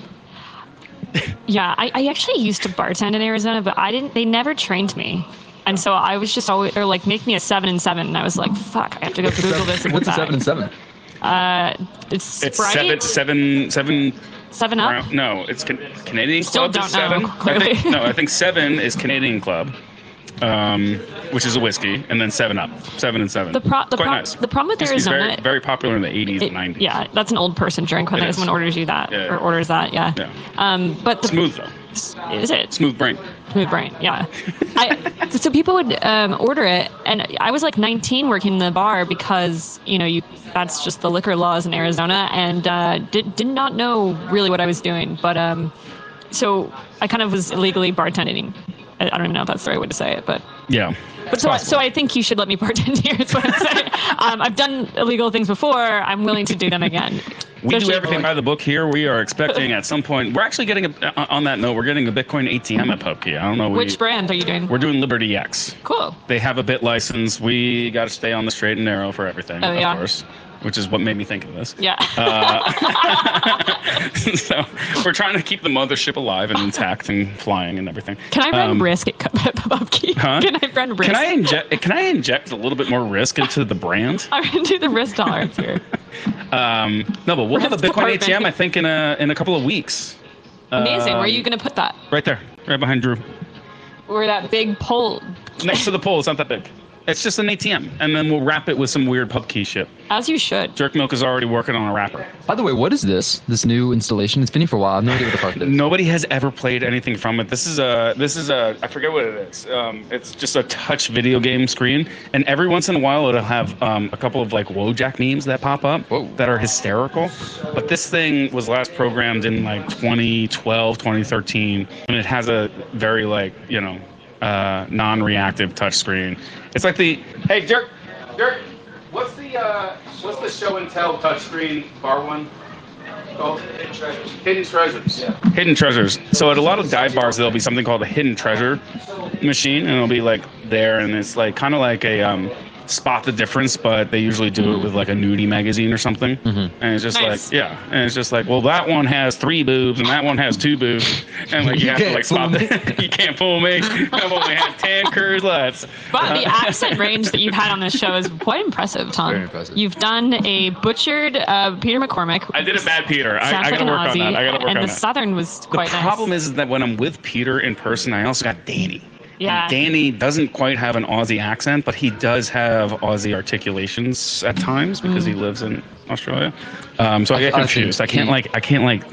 B: Yeah, I, I actually used to bartend in Arizona, but I didn't. They never trained me, and so I was just always or like make me a seven and seven, and I was like, fuck, I have to go Google this. and
D: What's a
B: come
D: seven and seven?
B: back. Uh, it's
C: It's
B: Sprite,
C: seven, seven, seven.
B: Seven up.
C: round- No, it's can, Canadian
B: Still
C: Club. is
B: don't know,
C: seven. I think,
B: clearly.
C: no, I think seven is Canadian Club, um, which is a whiskey, and then Seven Up, Seven and Seven.
B: The pro- the
C: Quite
B: pro-
C: nice.
B: the problem with
C: Whiskey's
B: Arizona-
C: very, very popular in the 80s
B: It-
C: and 90s.
B: yeah, that's an old person drink when
C: It
B: they-
C: is.
B: someone orders you that
C: Yeah,
B: or
C: yeah.
B: orders that. Yeah.
C: Yeah.
B: Um, but the,
C: Smooth though,
B: is it
C: smooth brain.
B: Smooth brain, yeah. I, so people would um, order it, and I was like 19 working in the bar because you know you that's just the liquor laws in Arizona, and uh, did did not know really what I was doing, but um, so I kind of was illegally bartending. I, I don't even know if that's the right way to say it, but
C: Yeah.
B: but so I, so I think you should let me bartend here. Is what I'm saying. um, I've done illegal things before. I'm willing to do them again.
C: We do
B: Especially-
C: everything by the book here. We are expecting at some point. We're actually getting a, on that note. We're getting a Bitcoin ATM at Pokey. I don't know. We,
B: Which brand are you doing?
C: we're doing Liberty X.
B: Cool.
C: they have a bit license. We got to stay on the straight and narrow for everything,
B: Oh,
C: of
B: yeah.
C: course, which is what made me think of this.
B: Yeah.
C: Uh, so we're trying to keep the mothership alive and intact and flying and everything.
B: Can I run
C: Um,
B: risk at Pupkey?
C: Huh?
B: Can I run risk?
C: Can I inject? Can I inject a little bit more risk into the brand?
B: I'm gonna do the wrist tolerance here.
C: Um, no, but we'll have a
B: Risk
C: Bitcoin
B: department.
C: ATM. I think in a in a couple of weeks.
B: Amazing. Where are
C: Um,
B: you gonna put that?
C: Right there, right behind Drew,
B: Where that big pole?
C: next to the pole. It's not that big. It's just an ATM, and then we'll wrap it with some weird pub key shit.
B: As you should.
C: Jerk Milk is already working on a wrapper.
D: By the way, what is this? This new installation? It's been here for a while. I've no idea what the fuck it is.
C: Nobody has ever played anything from it. This is a this is a I forget what it is. Um, it's just a touch video game screen, and every once in a while it'll have um, a couple of like Wojak memes that pop up
D: Whoa.
C: that are hysterical. But this thing was last programmed in like 2012, 2013, and it has a very like you know uh, non-reactive touch screen. It's like the hey Dirk, Dirk, what's the uh, what's the show and tell touch screen bar one? Hidden treasures. Hidden treasures. So at a lot of dive bars, there'll be something called a hidden treasure machine, and it'll be like there, and it's like kind of like a um, spot the difference, but they usually do it with like a nudie magazine or something, and it's just
B: Nice.
C: like yeah, and it's just like well that one has three boobs and that one has two boobs, and like you,
D: You
C: have to
D: can't
C: like spot
D: fool me.
C: it. you can't fool me. I've only had ten Uh, curlets.
B: But the accent range that you've had on this show is quite impressive, Tom.
D: Very impressive.
B: You've done a butchered uh, Peter McCormick.
C: I did a bad Peter. I,
B: Sounds
C: I
B: like
C: gotta
B: an
C: work on
B: Aussie,
C: that. I gotta work
B: and
C: on
B: the
C: that.
B: Southern was
C: The
B: quite
C: problem
B: nice.
C: is that when I'm with Peter in person, I also got Danny.
B: Yeah.
C: And Danny doesn't quite have an Aussie accent, but he does have Aussie articulations at times because
B: Mm.
C: he lives in Australia. Um, so I,
D: I-
C: get
D: I
C: confused. I,
D: think
C: can't
D: he-
C: like I can't like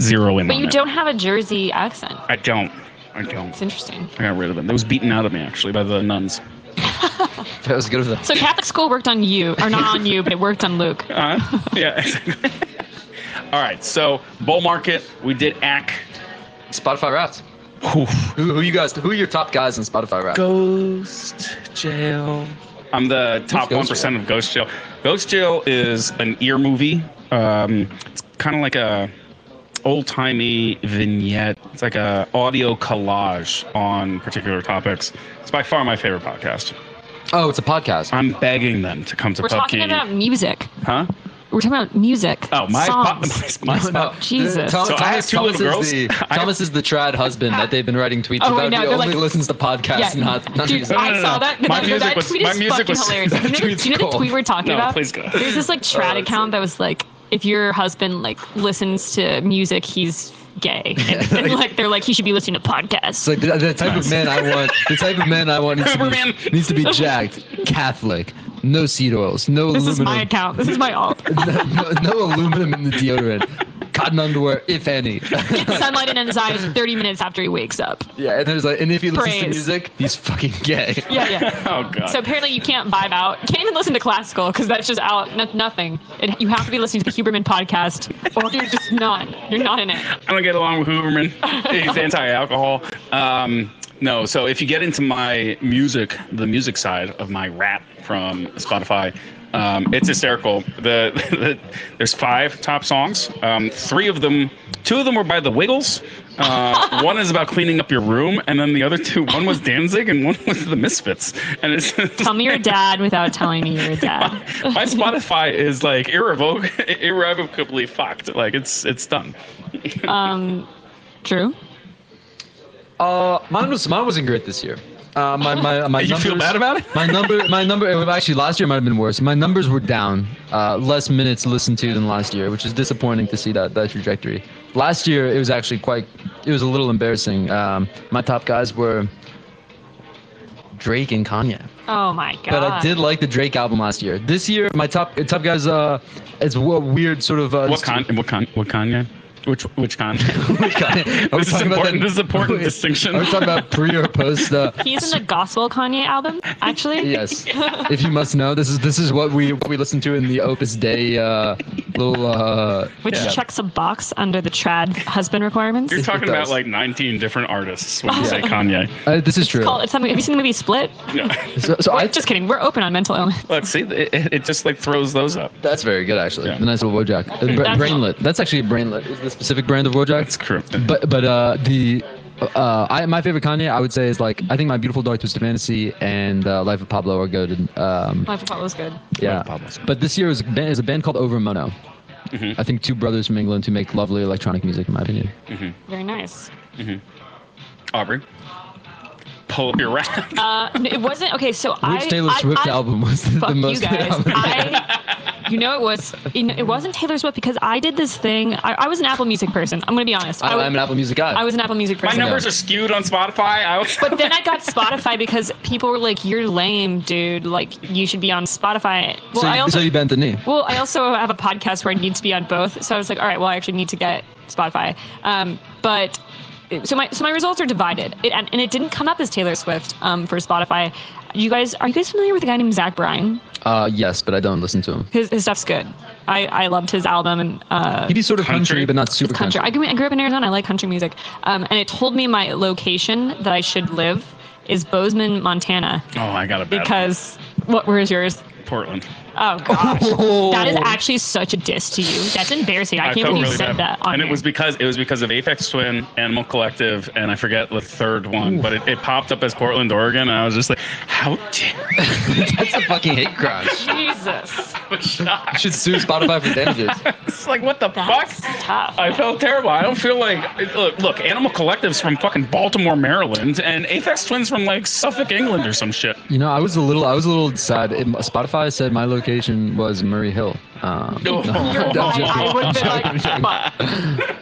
C: zero in
B: But
C: on
B: you
C: it.
B: don't have a Jersey accent.
C: I don't. I I don't.
B: It's interesting.
C: I got rid of them. That was beaten out of me actually by the nuns.
D: That was good of them.
B: So Catholic school worked on you, or not on you, but it worked on Luke.
C: Uh, yeah. All right. So bull market. We did ack.
D: Spotify Wrapped.
C: Oof.
D: Who, who you guys? Who are your top guys in Spotify Wrapped?
C: Ghost Jail. I'm the top one
D: Ghost
C: percent of Ghost Jail. Ghost Jail is an ear movie. Um, it's kind of like a old timey vignette. It's like a audio collage on particular topics. It's by far my favorite podcast.
D: Oh, it's a podcast.
C: I'm begging them to come to
B: We're talking
C: PubKey.
B: about music.
C: huh?
B: We're talking about music.
C: Oh my, po-
B: songs.
C: my, my,
D: No, no.
B: Jesus.
D: Tom-
C: So I have two
D: Thomas
C: little girls.
D: is The,
C: I-
D: Thomas is the trad husband that they've been writing tweets
B: Oh, I
D: about.
B: know.
D: who
B: They're
D: only
B: like-
D: listens to podcasts,
B: Yeah.
D: not, not
B: Dude, uh,
D: music.
C: No,
B: I
C: no, no,
B: saw
C: no.
B: that.
C: My
B: that,
C: music
B: that
C: was-
B: tweet
C: my
B: is
C: music
B: fucking
C: was-
B: hilarious.
D: that
B: Do you know, the-
D: tweet's
B: do you know the
D: gold.
B: tweet we're talking
C: No,
B: about?
C: please go.
B: There's this like
D: Oh,
B: trad account that was like, if your husband like listens to music, he's gay. And, and, like they're like, he should be listening to podcasts.
D: It's like the, the type
C: Nice.
D: of man I want. The type of man I want needs, to
C: Cooperman.
D: be, needs to be jacked, Catholic, no seed oils, no
B: this is
D: aluminum,
B: my account. This is my alt.
D: no, no aluminum in the deodorant, cotton underwear, if any.
B: Gets sunlight in his eyes 30 minutes after he wakes up.
D: yeah, and there's like, and if he listens to
B: Praise.
D: music, he's fucking gay.
B: Yeah, yeah.
C: Oh god.
B: So apparently you can't vibe out. Can't even listen to classical because that's just out. No, nothing. It, you have to be listening to the Huberman podcast, or you're just not. You're not in it.
C: I don't get along with Hooverman. He's anti-alcohol. Um, no, so if you get into my music, the music side of my rap from Spotify, um, it's hysterical. The, the there's five top songs. Um, three of them, two of them were by the Wiggles. Uh, one is about cleaning up your room, and then the other two, one was Danzig and one was the Misfits. And it's
B: Tell me your dad without telling me you're a dad.
C: my Spotify is like irrevocably, irrevocably fucked. Like it's it's done.
B: Um, true.
D: Uh, mine was mine wasn't great this year. Uh, my my my
C: You
D: numbers,
C: feel bad about it?
D: My number my number it was actually last year might have been worse. My numbers were down. Uh, less minutes listened to than last year, which is disappointing to see that that trajectory. Last year it was actually quite it was a little embarrassing. Um, my top guys were Drake and Kanye.
B: Oh my god.
D: But I did like the Drake album last year. This year my top top guys uh it's a weird sort of uh,
C: What con? What con? What Kanye? Which which con?
D: Kanye? Are we
C: this is
D: talking about
C: important.
D: that-
C: This is important
D: Wait,
C: distinction.
D: Are we talking about pre or post uh,
B: He's in the gospel Kanye album, actually.
D: Yes. if you must know, this is this is what we what we listen to in the Opus Day uh, little. Uh,
B: Which
D: yeah.
B: checks a box under the trad husband requirements.
C: You're
D: It
C: talking about
D: does.
C: like 19 different artists when you say Kanye.
D: Uh, this is true.
B: It's called, it's something, have you seen the movie Split?
C: Yeah.
D: So, so I
B: Wait, just kidding. We're open on mental illness.
C: Let's see. It, it- it just like throws those up.
D: that's very good actually.
C: Yeah.
D: The nice little Wojak. Uh, bra-
B: That's-
D: brainlet. That's actually a brainlet. Is the specific brand of Wojak?
C: That's true.
D: But but uh, the uh, I my favorite Kanye I would say is like I think my beautiful dark twisted fantasy and uh, Life of Pablo are good. and, Um,
B: Life of Pablo is good.
D: yeah.
C: Life of Pablo's good.
D: But this year is a band, is a band called Over Mono. I think two brothers from England who make lovely electronic music in my opinion.
B: Very nice.
C: Aubrey, pull up your rap.
B: Uh, n- it wasn't okay. So
D: Which
B: I,
D: Taylor
B: I-
D: Swift
B: I-
D: album was the,
B: Fuck
D: most
B: you guys.
D: album?
B: I, you know, it was. You know, it wasn't Taylor Swift because I did this thing. I, I was an Apple Music person. I'm gonna be honest.
D: I,
B: was,
D: am an Apple Music guy.
B: I was an Apple Music
C: My
B: person.
C: numbers are skewed on Spotify. I was,
B: But then I got Spotify because people were like, "You're lame, dude. Like, you should be on Spotify." Well,
D: so,
B: I
D: you,
B: also
D: so you bent the knee.
B: well, I also have a podcast where I need to be on both. So I was like, all right, well, I actually need to get Spotify. Um, but so my so my results are divided, it, and, and it didn't come up as Taylor Swift um, for Spotify. You guys, are you guys familiar with a guy named Zach Bryan?
D: Uh, yes, but I don't listen to him.
B: His, his stuff's good. I, I loved his album and uh,
D: He'd be sort of country,
C: Country.
D: but not super
B: it's country.
D: country.
B: I grew, I grew up in Arizona. I like country music. Um, and it told me my location that I should live is Bozeman, Montana,
C: oh, I got a bad
B: because what where is yours?
C: Portland.
B: Oh gosh,
D: Oh.
B: that is actually such a diss to you. That's embarrassing. I,
C: felt
B: can't believe you
C: really
B: said
C: bad.
B: that. On
C: and it
B: here.
C: was because it was because of Aphex Twin, Animal Collective, and I forget the third one, but it, it popped up as Portland, Oregon, and I was just like, how dare you?
D: That's a fucking hate crime.
B: Jesus,
C: I was shocked.
D: You should sue Spotify for damages.
C: It's like what the
B: that's
C: fuck?
B: tough.
C: I felt terrible. I don't feel like look, look. Animal Collective's from fucking Baltimore, Maryland, and Aphex Twins from like Suffolk, England, or some shit.
D: You know, I was a little, I was a little sad. It, Spotify said my location was Murray Hill. Um,
C: No.
B: You're
D: I'm
B: right.
D: joking.
B: I would
D: I'm
B: have been
D: joking.
B: like,
D: I'm joking.
B: fuck.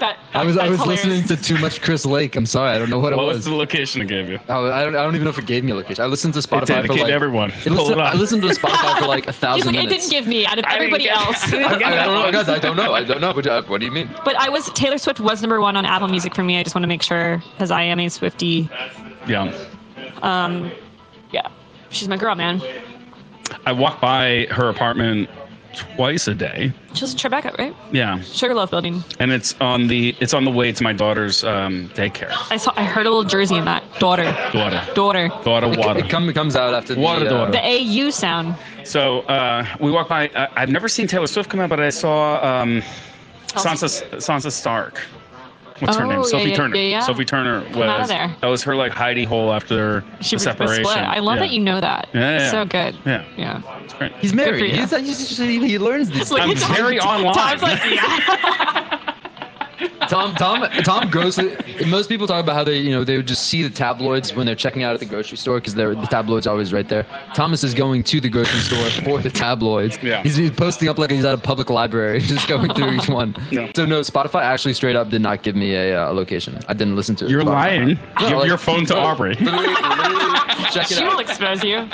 B: That
D: I was I
B: That's
D: was
B: hilarious.
D: listening to too much Chris Lake. I'm sorry, I don't know what it
C: What
D: was.
C: was the location it gave you?
D: Oh, I, don't, I don't even know if it gave me a location. I listened to
C: It
D: Spotify
C: did. It
D: for
C: gave
D: like
C: everyone.
D: It
C: Pull
D: listened,
C: it
D: I
C: up.
D: listened to Spotify for like a
B: He's
D: thousand
B: like, it
D: minutes.
B: didn't give me out of
C: I didn't
B: everybody
C: get-
B: else.
C: I didn't get
D: I, I
C: that
D: don't know,
C: one.
D: guys. I don't know. I don't know. What, uh, what do you mean?
B: But I was Taylor Swift was number one on Apple Music for me. I just want to make sure because I am a Swifty.
C: Yeah.
B: Um, yeah, she's my girl, man.
C: I walk by her apartment twice a day.
B: She's Tribeca, right?
C: Yeah,
B: Sugarloaf Building.
C: and it's on the it's on the way to my daughter's um, daycare.
B: I saw. I heard a little Jersey in that. Daughter.
C: Daughter,
B: Daughter.
C: daughter,
D: It,
C: water.
D: it, come, it comes out after
C: Water
D: the. uh,
C: daughter.
B: The AU sound.
C: So uh, we walk by. I, I've never seen Taylor Swift come out, but I saw um, Sansa Sansa Stark. What's her
B: Oh,
C: name?
B: yeah,
C: Sophie
B: yeah,
C: Turner.
B: yeah, yeah.
C: Sophie Turner was
B: out of there.
C: that was her like hidey hole after
B: She
C: the
B: was
C: separation.
B: split. I love
C: yeah.
B: that you know that.
C: Yeah, yeah, yeah.
B: So good.
C: Yeah,
B: Yeah.
C: it's great.
D: He's
B: Good for
D: married.
B: you.
D: He's, he's just, he, he learns these.
B: Look
C: I'm
B: at Tom.
C: very online.
B: Tom's like, yeah.
D: Tom, Tom, Tom grows. Most people talk about how they, you know, they would just see the tabloids when they're checking out at the grocery store because the tabloids are always right there. Thomas is going to the grocery store for the tabloids.
C: Yeah.
D: He's, he's posting up like he's at a public library, just going through each one.
C: Yeah.
D: So no, Spotify actually straight up did not give me a uh, location. I didn't listen to it.
C: You're
D: Spotify.
C: lying.
B: Oh.
D: No,
C: Give
D: like-
C: your phone to Aubrey.
D: Literally, literally, check it
B: she will
D: out.
B: expose you.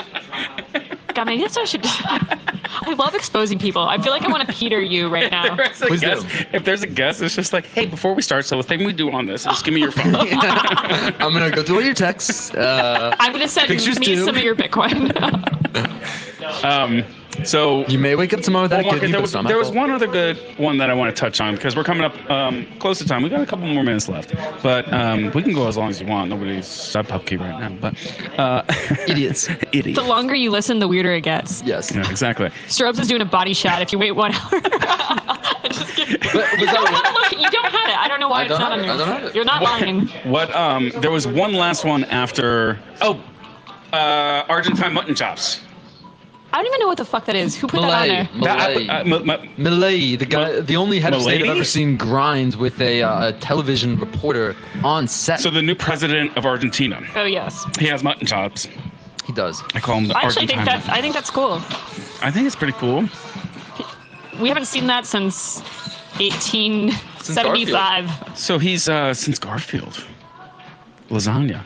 B: God, maybe that's what I should. I love exposing people. I feel like I want to Peter you right now.
C: There's a
D: Please
C: guest-
D: do.
C: If there's a guest, it's just like, hey, before we start, so the thing we do on this is give me your phone.
D: I'm gonna go through all your texts. Uh,
B: I'm gonna send
D: Pictures
B: me
D: too.
B: some of your Bitcoin.
C: um, so
D: you may wake up tomorrow with that
C: Well,
D: kid. you
C: there,
D: put
C: was,
D: some
C: there was
D: apple.
C: one other good one that I want to touch on because we're coming up um, close to time. We've got a couple more minutes left, but um, we can go as long as you want. Nobody's at Pupkey right now, but uh,
D: idiots.
C: idiot.
B: the longer you listen, the weirder it gets.
D: Yes.
C: Yeah, exactly.
B: Strobes is doing a body shot. If you wait one hour, just kidding.
D: But, but that-
B: Look, you don't have it. I don't know why
D: I
B: it's
D: don't
B: not
D: have
B: on there.
D: it. I don't have it.
B: You're not lying.
C: What? Um, there was one last one after. Oh, uh, Argentine mutton chops.
B: I don't even know what the fuck that is. Who put
D: Malay,
B: that on there?
C: That- I-
D: Malay.
C: I- mu- mu-
D: Millay, the guy,
C: Mal-
D: the only head of state I've
C: Milei?
D: ever seen grind with a, uh, a television reporter on set.
C: so the new president of Argentina,
B: Oh yes.
C: he has mutton chops.
D: he does.
C: I call him the
B: I actually
C: Argentine.
B: think that's
C: mutton.
B: I think that's cool.
C: I think it's pretty cool.
B: We haven't seen that since 1875.
C: So he's uh, since Garfield, lasagna.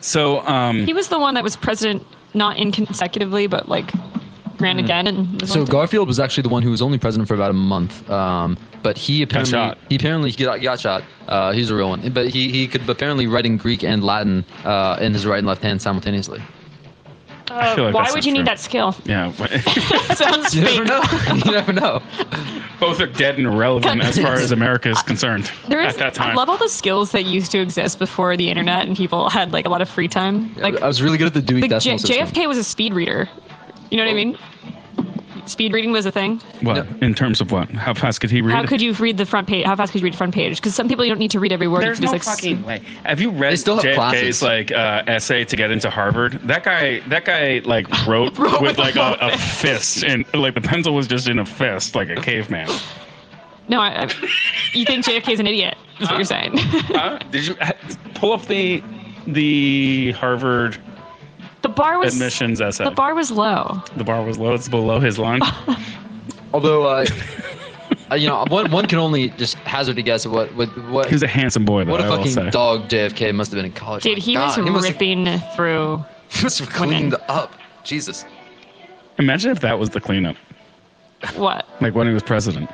C: So um,
B: He was the one that was president not inconsecutively, but like
C: Mm.
B: ran again and
D: So Garfield was actually the one who was only president for about a month. Um, but he apparently
C: shot.
D: he apparently he got, got shot. Uh, he's a real one. But he, he could apparently write in Greek and Latin uh, in his right and left hand simultaneously.
B: Uh,
C: feel like
B: why
C: that's
B: would
C: not
B: you
C: true.
B: need that skill?
C: yeah,
B: Sounds
D: You never
B: fake.
D: know. you never know.
C: both are dead and irrelevant as far as America is concerned
B: There is,
C: at that time.
B: I love all the skills that used to exist before the internet and people had like a lot of free time. Like
D: I was really good at the Dewey
B: Like J-
D: Decimal System.
B: JFK was a speed reader. You know what I mean? Speed reading was a thing.
C: what in terms of what? How fast could he read?
B: How
C: it?
B: could you read the front page? How fast could you read the front page? Because some people you don't need to read every word.
C: There's
B: you
C: no
B: can just, like,
C: fucking way. Have you read
D: They still have
C: JFK's
D: classes.
C: like uh, essay to get into Harvard? That guy, that guy, like wrote,
B: Wrote
C: with
B: with
C: like
B: a
C: a, a fist, and like the pencil was just in a fist, like a caveman.
B: No, I, I, you think JFK is an idiot? Is what you're saying?
C: Huh? Did you pull up the the Harvard
B: the bar was
C: admissions essay?
B: the bar was low.
C: The bar was low. It's below his line.
D: Although, uh, uh, you know, one, one can only just hazard a guess at what what what,
C: He's a handsome boy, though.
D: what a
C: I will
D: fucking
C: say.
D: dog JFK must have been in college.
B: Dude,
D: My
B: he
D: God,
B: was
D: he must have-
B: ripping through.
D: He must have cleaned up. Jesus.
C: Imagine if that was the cleanup,
B: What?
C: like when he was president.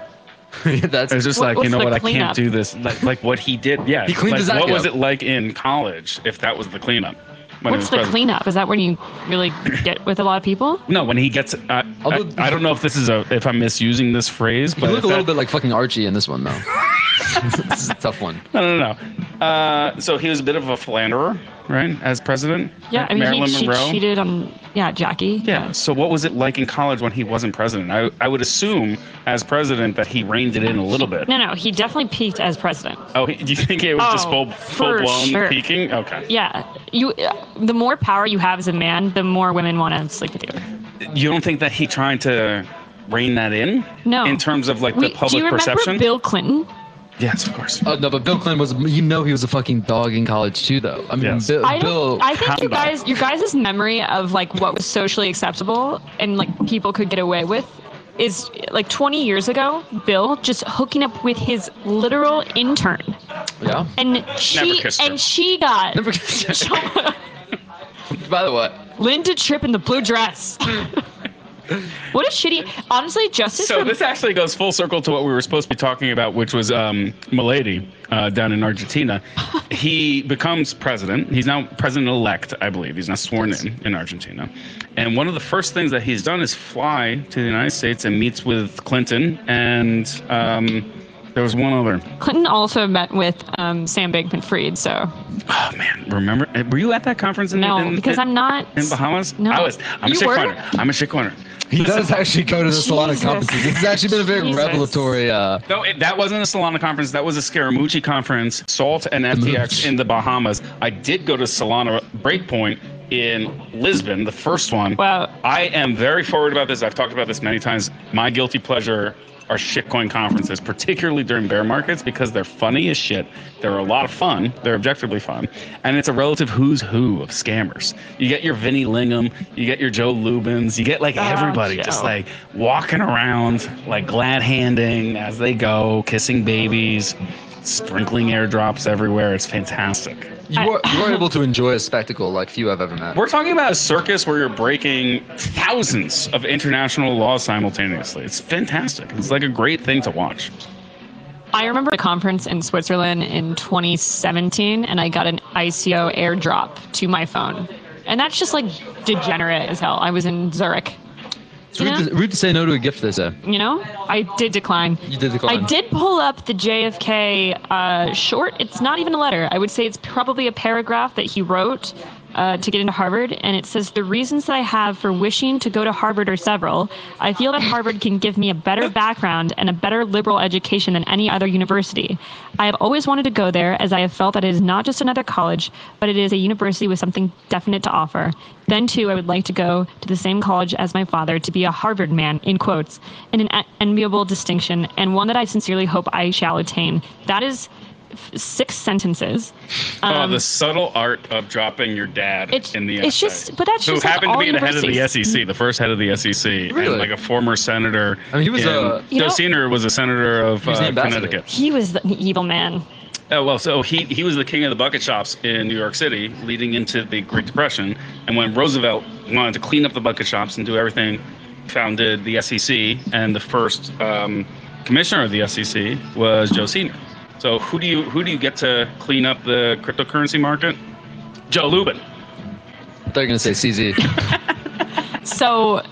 D: That's
C: It was just
B: What-
C: like, you
B: what's
C: know
B: the
C: what, I
B: cleanup?
C: can't do this. Like, like what he did. Yeah.
D: He cleaned
C: like,
D: his act
C: What was
D: up.
C: it like in college if that was the cleanup? when he was
B: What's the
C: president?
B: cleanup? Is that when you really get with a lot of people?
C: No, when he gets, uh,
D: Although-
C: I, I don't know if this is a, if I'm misusing this phrase,
D: You
C: but
D: look
C: if
D: a little
C: that-
D: bit like fucking Archie in this one, though. this is a tough one.
C: no, no, no. Uh, so he was a bit of a philanderer, right, as president.
B: Yeah, I mean,
C: Marilyn
B: he, she
C: Monroe.
B: cheated on yeah Jackie.
C: Yeah. So what was it like in college when he wasn't president? I, I would assume as president that he reined it in a little bit.
B: No, no, he definitely peaked as president.
C: Oh, he- do you think it was just
B: Oh,
C: full, full
B: for
C: blown
B: sure.
C: peaking? Okay.
B: Yeah, you. The more power you have as a man, the more women want to sleep with you.
C: You don't think that he tried to rein that in?
B: No.
C: In terms of like the
B: We- do you
C: public
B: remember
C: perception?
B: Bill Clinton?
C: yes, of course.
D: Oh no, but Bill Clinton was. You know, he was a fucking dog in college too, though. I mean,
C: Yes.
D: Bill.
B: I
D: Bill
B: don't. I think
C: Hamba.
B: you guys, your guys' memory of like what was socially acceptable and like people could get away with is like 20 years ago. Bill just hooking up with his literal intern.
D: Yeah.
B: and she
C: kissed her.
B: and she got
D: Never. By the way,
B: Linda Tripp in the blue dress. what a shitty. Honestly, justice
C: So
B: for
C: this actually goes full circle to what we were supposed to be talking about, which was um, Milady uh, down in Argentina. he becomes president. He's now president-elect, I believe. He's not sworn in in Argentina. And one of the first things that he's done is fly to the United States and meets with Clinton and um, there was one other.
B: Clinton also met with um, Sam Bankman-Fried. So
C: Oh man, remember? Were you at that conference in
B: no,
C: in,
B: because
C: in,
B: I'm not.
C: in Bahamas?
B: No.
C: I was. I'm
B: You
C: a shit
B: were?
C: corner. I'm a shit corner.
D: he does actually go to the Solana
B: Jesus.
D: conferences. This has actually been a very
B: Jesus.
D: revelatory. Uh,
C: No, it, that wasn't a Solana conference. That was a Scaramucci conference, Salt and FTX in the Bahamas. I did go to Solana Breakpoint in Lisbon, the first one.
B: Wow.
C: I am very forward about this. I've talked about this many times. My guilty pleasure are shitcoin conferences, particularly during bear markets, because they're funny as shit. They're a lot of fun. They're objectively fun. And it's a relative who's who of scammers. You get your Vinnie Lingham, you get your Joe Lubins, you get like everybody
B: Joe.
C: just like walking around, like glad handing as they go, kissing babies, sprinkling airdrops everywhere. It's fantastic.
D: you
B: I-
D: are you are able to enjoy a spectacle like few I've ever met.
C: We're talking about a circus where you're breaking thousands of international laws simultaneously. It's fantastic. It's like a great thing to watch.
B: I remember a conference in Switzerland in 2017, and I got an ICO airdrop to my phone, and that's just like degenerate as hell. I was in Zurich.
D: It's
B: You
D: rude,
B: know,
D: to, rude to say no to a gift this year.
B: you know? I did decline.
D: You did decline.
B: I did pull up the JFK uh, short. It's not even a letter. I would say it's probably a paragraph that he wrote uh, to get into Harvard. And it says The reasons that I have for wishing to go to Harvard are several. I feel that Harvard can give me a better background and a better liberal education than any other university. I have always wanted to go there as I have felt that it is not just another college, but it is a university with something definite to offer. Then, too, I would like to go to the same college as my father to be a Harvard man, in quotes, and an en- enviable distinction, and one that I sincerely hope I shall attain. That is f- six sentences.
C: oh, the subtle art of dropping your dad
B: Um, It's-
C: in the
B: it's
C: essay.
B: just- but that's
C: who
B: just, like,
C: happened
B: all
C: to be the head of the
B: universities.
C: SEC, the first head of the SEC, and
D: Really?
C: like a former senator.
D: I mean, he was,
C: in-
D: uh,
B: You
C: Joe
B: know-
C: Senior was a senator of
D: was the
C: uh,
D: ambassador.
C: Connecticut.
B: He was the evil man.
C: Oh well, so he he was the king of the bucket shops in New York City, leading into the Great Depression. And when Roosevelt wanted to clean up the bucket shops and do everything, founded the SEC, and the first um, commissioner of the SEC was Joe Senior. So who do you who do you get to clean up the cryptocurrency market? Joe Lubin.
D: They're gonna say CZ.
B: So,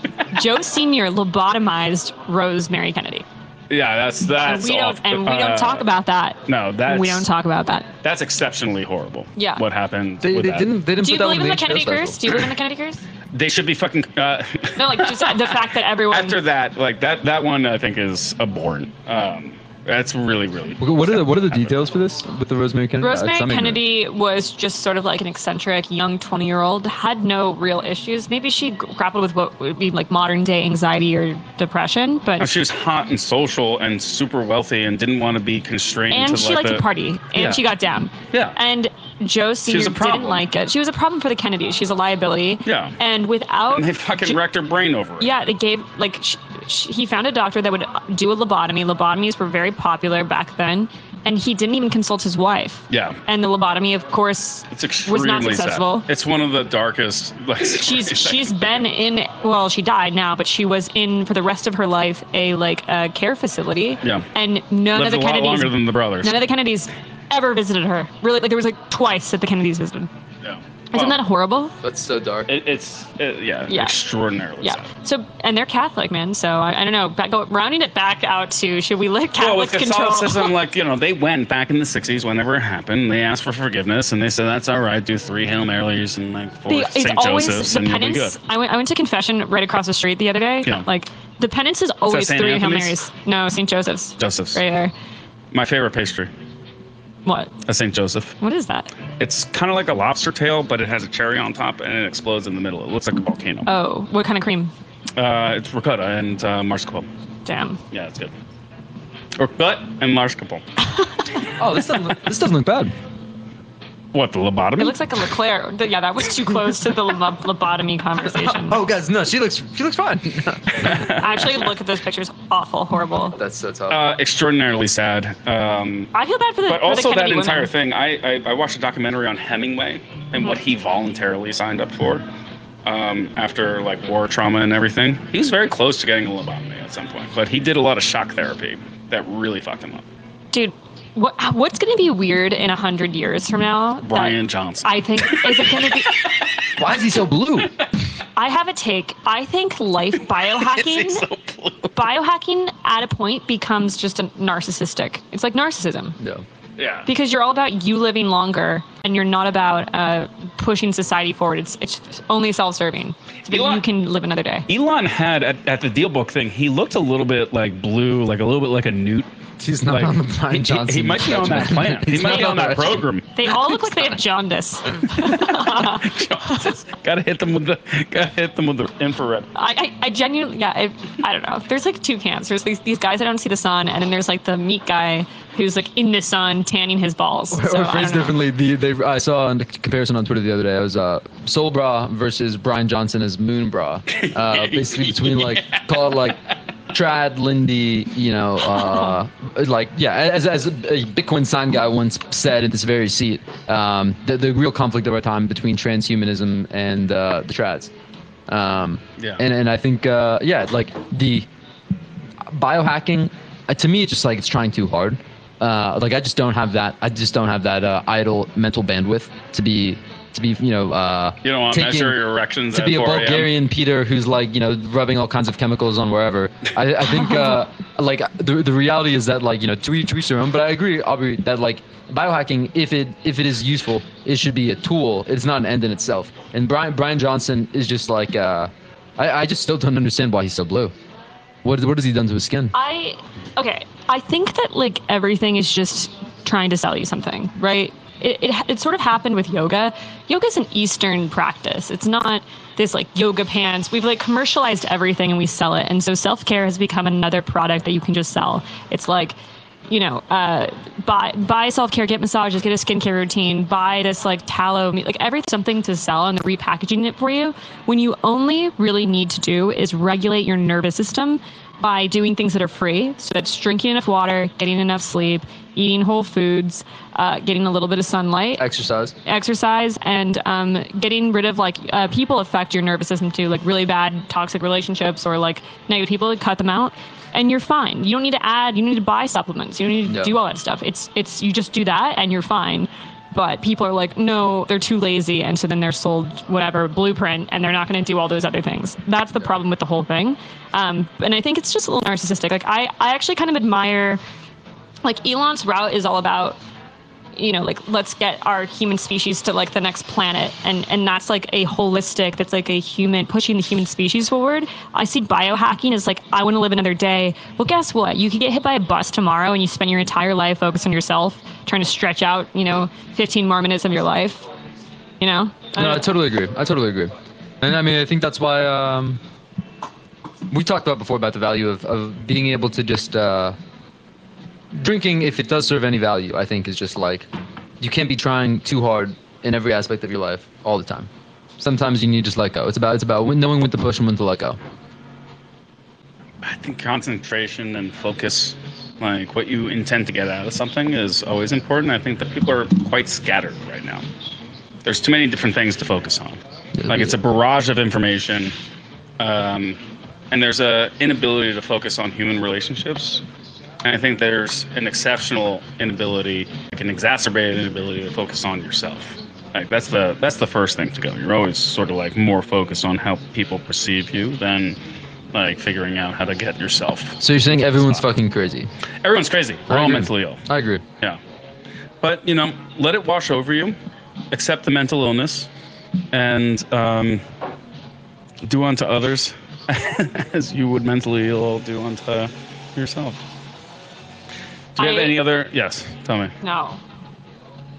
B: Joe Sr. lobotomized Rosemary Kennedy.
C: Yeah, that's that's.
B: we don't,
C: off-
B: and we don't
C: uh,
B: talk about that.
C: No, that's
B: we don't talk about that.
C: That's exceptionally horrible.
B: Yeah.
C: What happened?
D: They,
C: with
D: they
C: that.
D: didn't. They didn't
B: Do
D: put
B: you
D: that on
B: believe in
D: the
B: the
D: HBO
B: Kennedy
D: special.
B: curse? Do you believe in the Kennedy curse?
C: They should be fucking. Uh,
B: No, like just the fact that everyone.
C: after that, like that that one, I think is abhorrent. Um, that's really really.
D: What are the What are the details for this with the Rosemary Kennedy?
B: Rosemary
D: I'm ignorant.
B: Kennedy was just sort of like an eccentric young 20 year old, had no real issues. Maybe she gr- grappled with what would be like modern day anxiety or depression,
C: No,
B: but.
C: she was hot and social and super wealthy and didn't want to be constrained.
B: And
C: to
B: she
C: like
B: liked
C: the,
B: to party, and
C: Yeah.
B: she got down.
C: Yeah.
B: And Joe
C: was
B: Senior
C: a problem.
B: didn't like it. She was a problem for the Kennedys. She's a liability.
C: Yeah.
B: And without
C: And they fucking
B: Jo-
C: wrecked her brain over it.
B: Yeah, they gave like sh- sh- he found a doctor that would do a lobotomy. Lobotomies were very popular back then, and he didn't even consult his wife.
C: Yeah.
B: And the lobotomy, of course,
C: It's extremely
B: was not
C: sad.
B: successful.
C: It's one of the darkest. Like,
B: She's she's been in well, she died now, but she was in for the rest of her life a like a care facility.
C: Yeah.
B: And none
C: lived
B: of the
C: a lot
B: Kennedys,
C: longer than the brothers.
B: none of the Kennedys, ever visited her. Really, like there was like twice that the Kennedys visited.
C: yeah.
B: Isn't
C: Well,
B: that horrible?
D: That's so dark.
C: It, it's it, yeah,
B: Yeah.
C: extraordinarily
B: Yeah.
C: sad.
B: So, and they're Catholic, man. So I, I don't know. Back, go, rounding it back out to should we let
C: Well,
B: Catholics
C: with
B: control?
C: Catholicism, like you know, they went back in the '60s whenever it happened. They asked for forgiveness, and they said that's all right. Do three Hail Marys and like four
B: The- it's
C: St.
B: always
C: Josephs,
B: the
C: and you'll be good.
B: penance. I went, I went to confession right across the street the other day.
C: Yeah.
B: Like the penance is always
C: St.
B: three Hail
C: Anthony's?
B: Marys. No, St. Joseph's.
C: Joseph's.
B: Right there.
C: My favorite pastry,
B: What?
C: a St. Joseph.
B: What is that?
C: It's kind of like a lobster tail, but it has a cherry on top and it explodes in the middle. It looks like a volcano.
B: Oh, what kind of cream?
C: Uh, it's ricotta and uh, marsupial.
B: Damn.
C: Yeah, it's good. Ricotta and marsupial.
D: Oh, this doesn't. look- this doesn't look bad.
C: What the lobotomy?
B: It looks like a Leclerc. The- Yeah, that was too close to the lo- lobotomy conversation.
D: Oh, guys, no, she looks she looks fine.
B: Actually, look at those pictures. Awful, horrible.
D: that's that's how.
C: uh, extraordinarily sad. Um,
B: I feel bad for the.
C: but
B: for the
C: also that
B: Kennedy
C: entire
B: women.
C: thing I, I i watched a documentary on hemingway and
B: Mm-hmm.
C: what he voluntarily signed up for um, after like war trauma and everything he was very close to getting a lobotomy at some point but he did a lot of shock therapy that really fucked him up
B: dude. What, what's going to be weird in a hundred years from now? that
C: brian johnson
B: I think is it going to be.
D: Why is he so blue?
B: I have a take. I think life biohacking,
C: so blue.
B: biohacking at a point becomes just a narcissistic. It's like narcissism.
D: No.
C: yeah
B: because you're all about you living longer and you're not about uh, pushing society forward it's, it's only self-serving so that
C: You are-
B: you can live another day
C: elon had at, at the deal book thing he looked a little bit like blue like a little bit like a newt
D: He's not
C: like,
D: on the Brian
C: he- he-
D: Johnson.
C: he, might be on that
D: regimen.
C: plan he
D: He's
C: might
D: not
C: be on that
D: the regimen.
C: program
B: they all look like they have jaundice I,
C: gotta hit them with the gotta hit them with the infrared
B: I, I genuinely yeah I, I don't know there's like two camps there's these, these guys that don't see the sun and then there's like the meat guy who's like in the sun tanning his balls so,
D: or
B: I
D: phrased
B: don't know.
D: differently, the, they, I saw a comparison on Twitter the other day. It was uh, Soul Bra versus Brian Johnson as Moon Bra. Uh, basically between like call it like Trad Lindy, you know, uh, like yeah, as as a Bitcoin sign guy once said in this very seat, um, the the real conflict of our time between transhumanism and uh, the trads. Um,
C: Yeah.
D: And and I think uh, yeah, like the biohacking uh, to me it's just like it's trying too hard uh, like i just don't have that i just don't have that uh, idle mental bandwidth to be to be you know uh,
C: you don't want to
D: taking-
C: measure your erections
D: to
C: at
D: be a
C: 4 a.m.
D: bulgarian peter who's like you know rubbing all kinds of chemicals on wherever i, I think uh, like the, the reality is that like you know to each, to each their own but i agree aubrey that like biohacking if it if it is useful it should be a tool it's not an end in itself and brian brian johnson is just like uh, I, I just still don't understand why he's so blue what, what has he done to his skin
B: I okay. I think that like everything is just trying to sell you something, right? It, it, it sort of happened with yoga. Yoga's an Eastern practice. It's not this like yoga pants. We've like commercialized everything and we sell it. And so self care has become another product that you can just sell. It's like, you know, uh, buy buy self care, get massages, get a skincare routine, buy this like tallow, meat, like everything, something to sell, and they're repackaging it for you. When you only really need to do is regulate your nervous system by doing things that are free. So that's drinking enough water, getting enough sleep, eating whole foods, uh, getting a little bit of sunlight,
D: exercise
B: exercise, and um, getting rid of like uh, people affect your nervous system too, like really bad toxic relationships or like negative people. Cut them out, and you're fine. You don't need to add. You don't need to buy supplements. You don't need to
D: Yeah.
B: do all that stuff. It's it's you just do that and you're fine. But people are like, no, they're too lazy, and so then they're sold whatever blueprint, and they're not going to do all those other things. That's the problem with the whole thing. Um, and I think it's just a little narcissistic. Like I, I actually kind of admire like Elon's route is all about you know like let's get our human species to like the next planet and and that's like a holistic that's like a human pushing the human species forward i see biohacking as like i want to live another day well guess what you could get hit by a bus tomorrow and you spend your entire life focused on yourself trying to stretch out you know 15 more minutes of your life you know I
D: No,
B: don't-
D: I totally agree. I totally agree. And I mean, I think that's why um, we talked about before about the value of, of being able to just uh, drinking, if it does serve any value, I think is just like you can't be trying too hard in every aspect of your life all the time. Sometimes you need to just let go. It's about it's about when- knowing when to push and when to let go.
C: I think concentration and focus, like what you intend to get out of something, is always important. I think that people are quite scattered right now. There's too many different things to focus on. Like it's a barrage of information, um, and there's a inability to focus on human relationships. And I think there's an exceptional inability, like an exacerbated inability to focus on yourself. Like that's the that's the first thing to go. You're always sort of like more focused on how people perceive you than like figuring out how to get yourself.
D: So you're saying everyone's fucking crazy?
C: Everyone's crazy. We're
D: I
C: all
D: agree.
C: mentally ill.
D: I agree.
C: Yeah. But, you know, let it wash over you, accept the mental illness, and um, do unto others as you would mentally ill do unto yourself. Do you have
B: I-
C: any other? Yes, tell me.
B: No.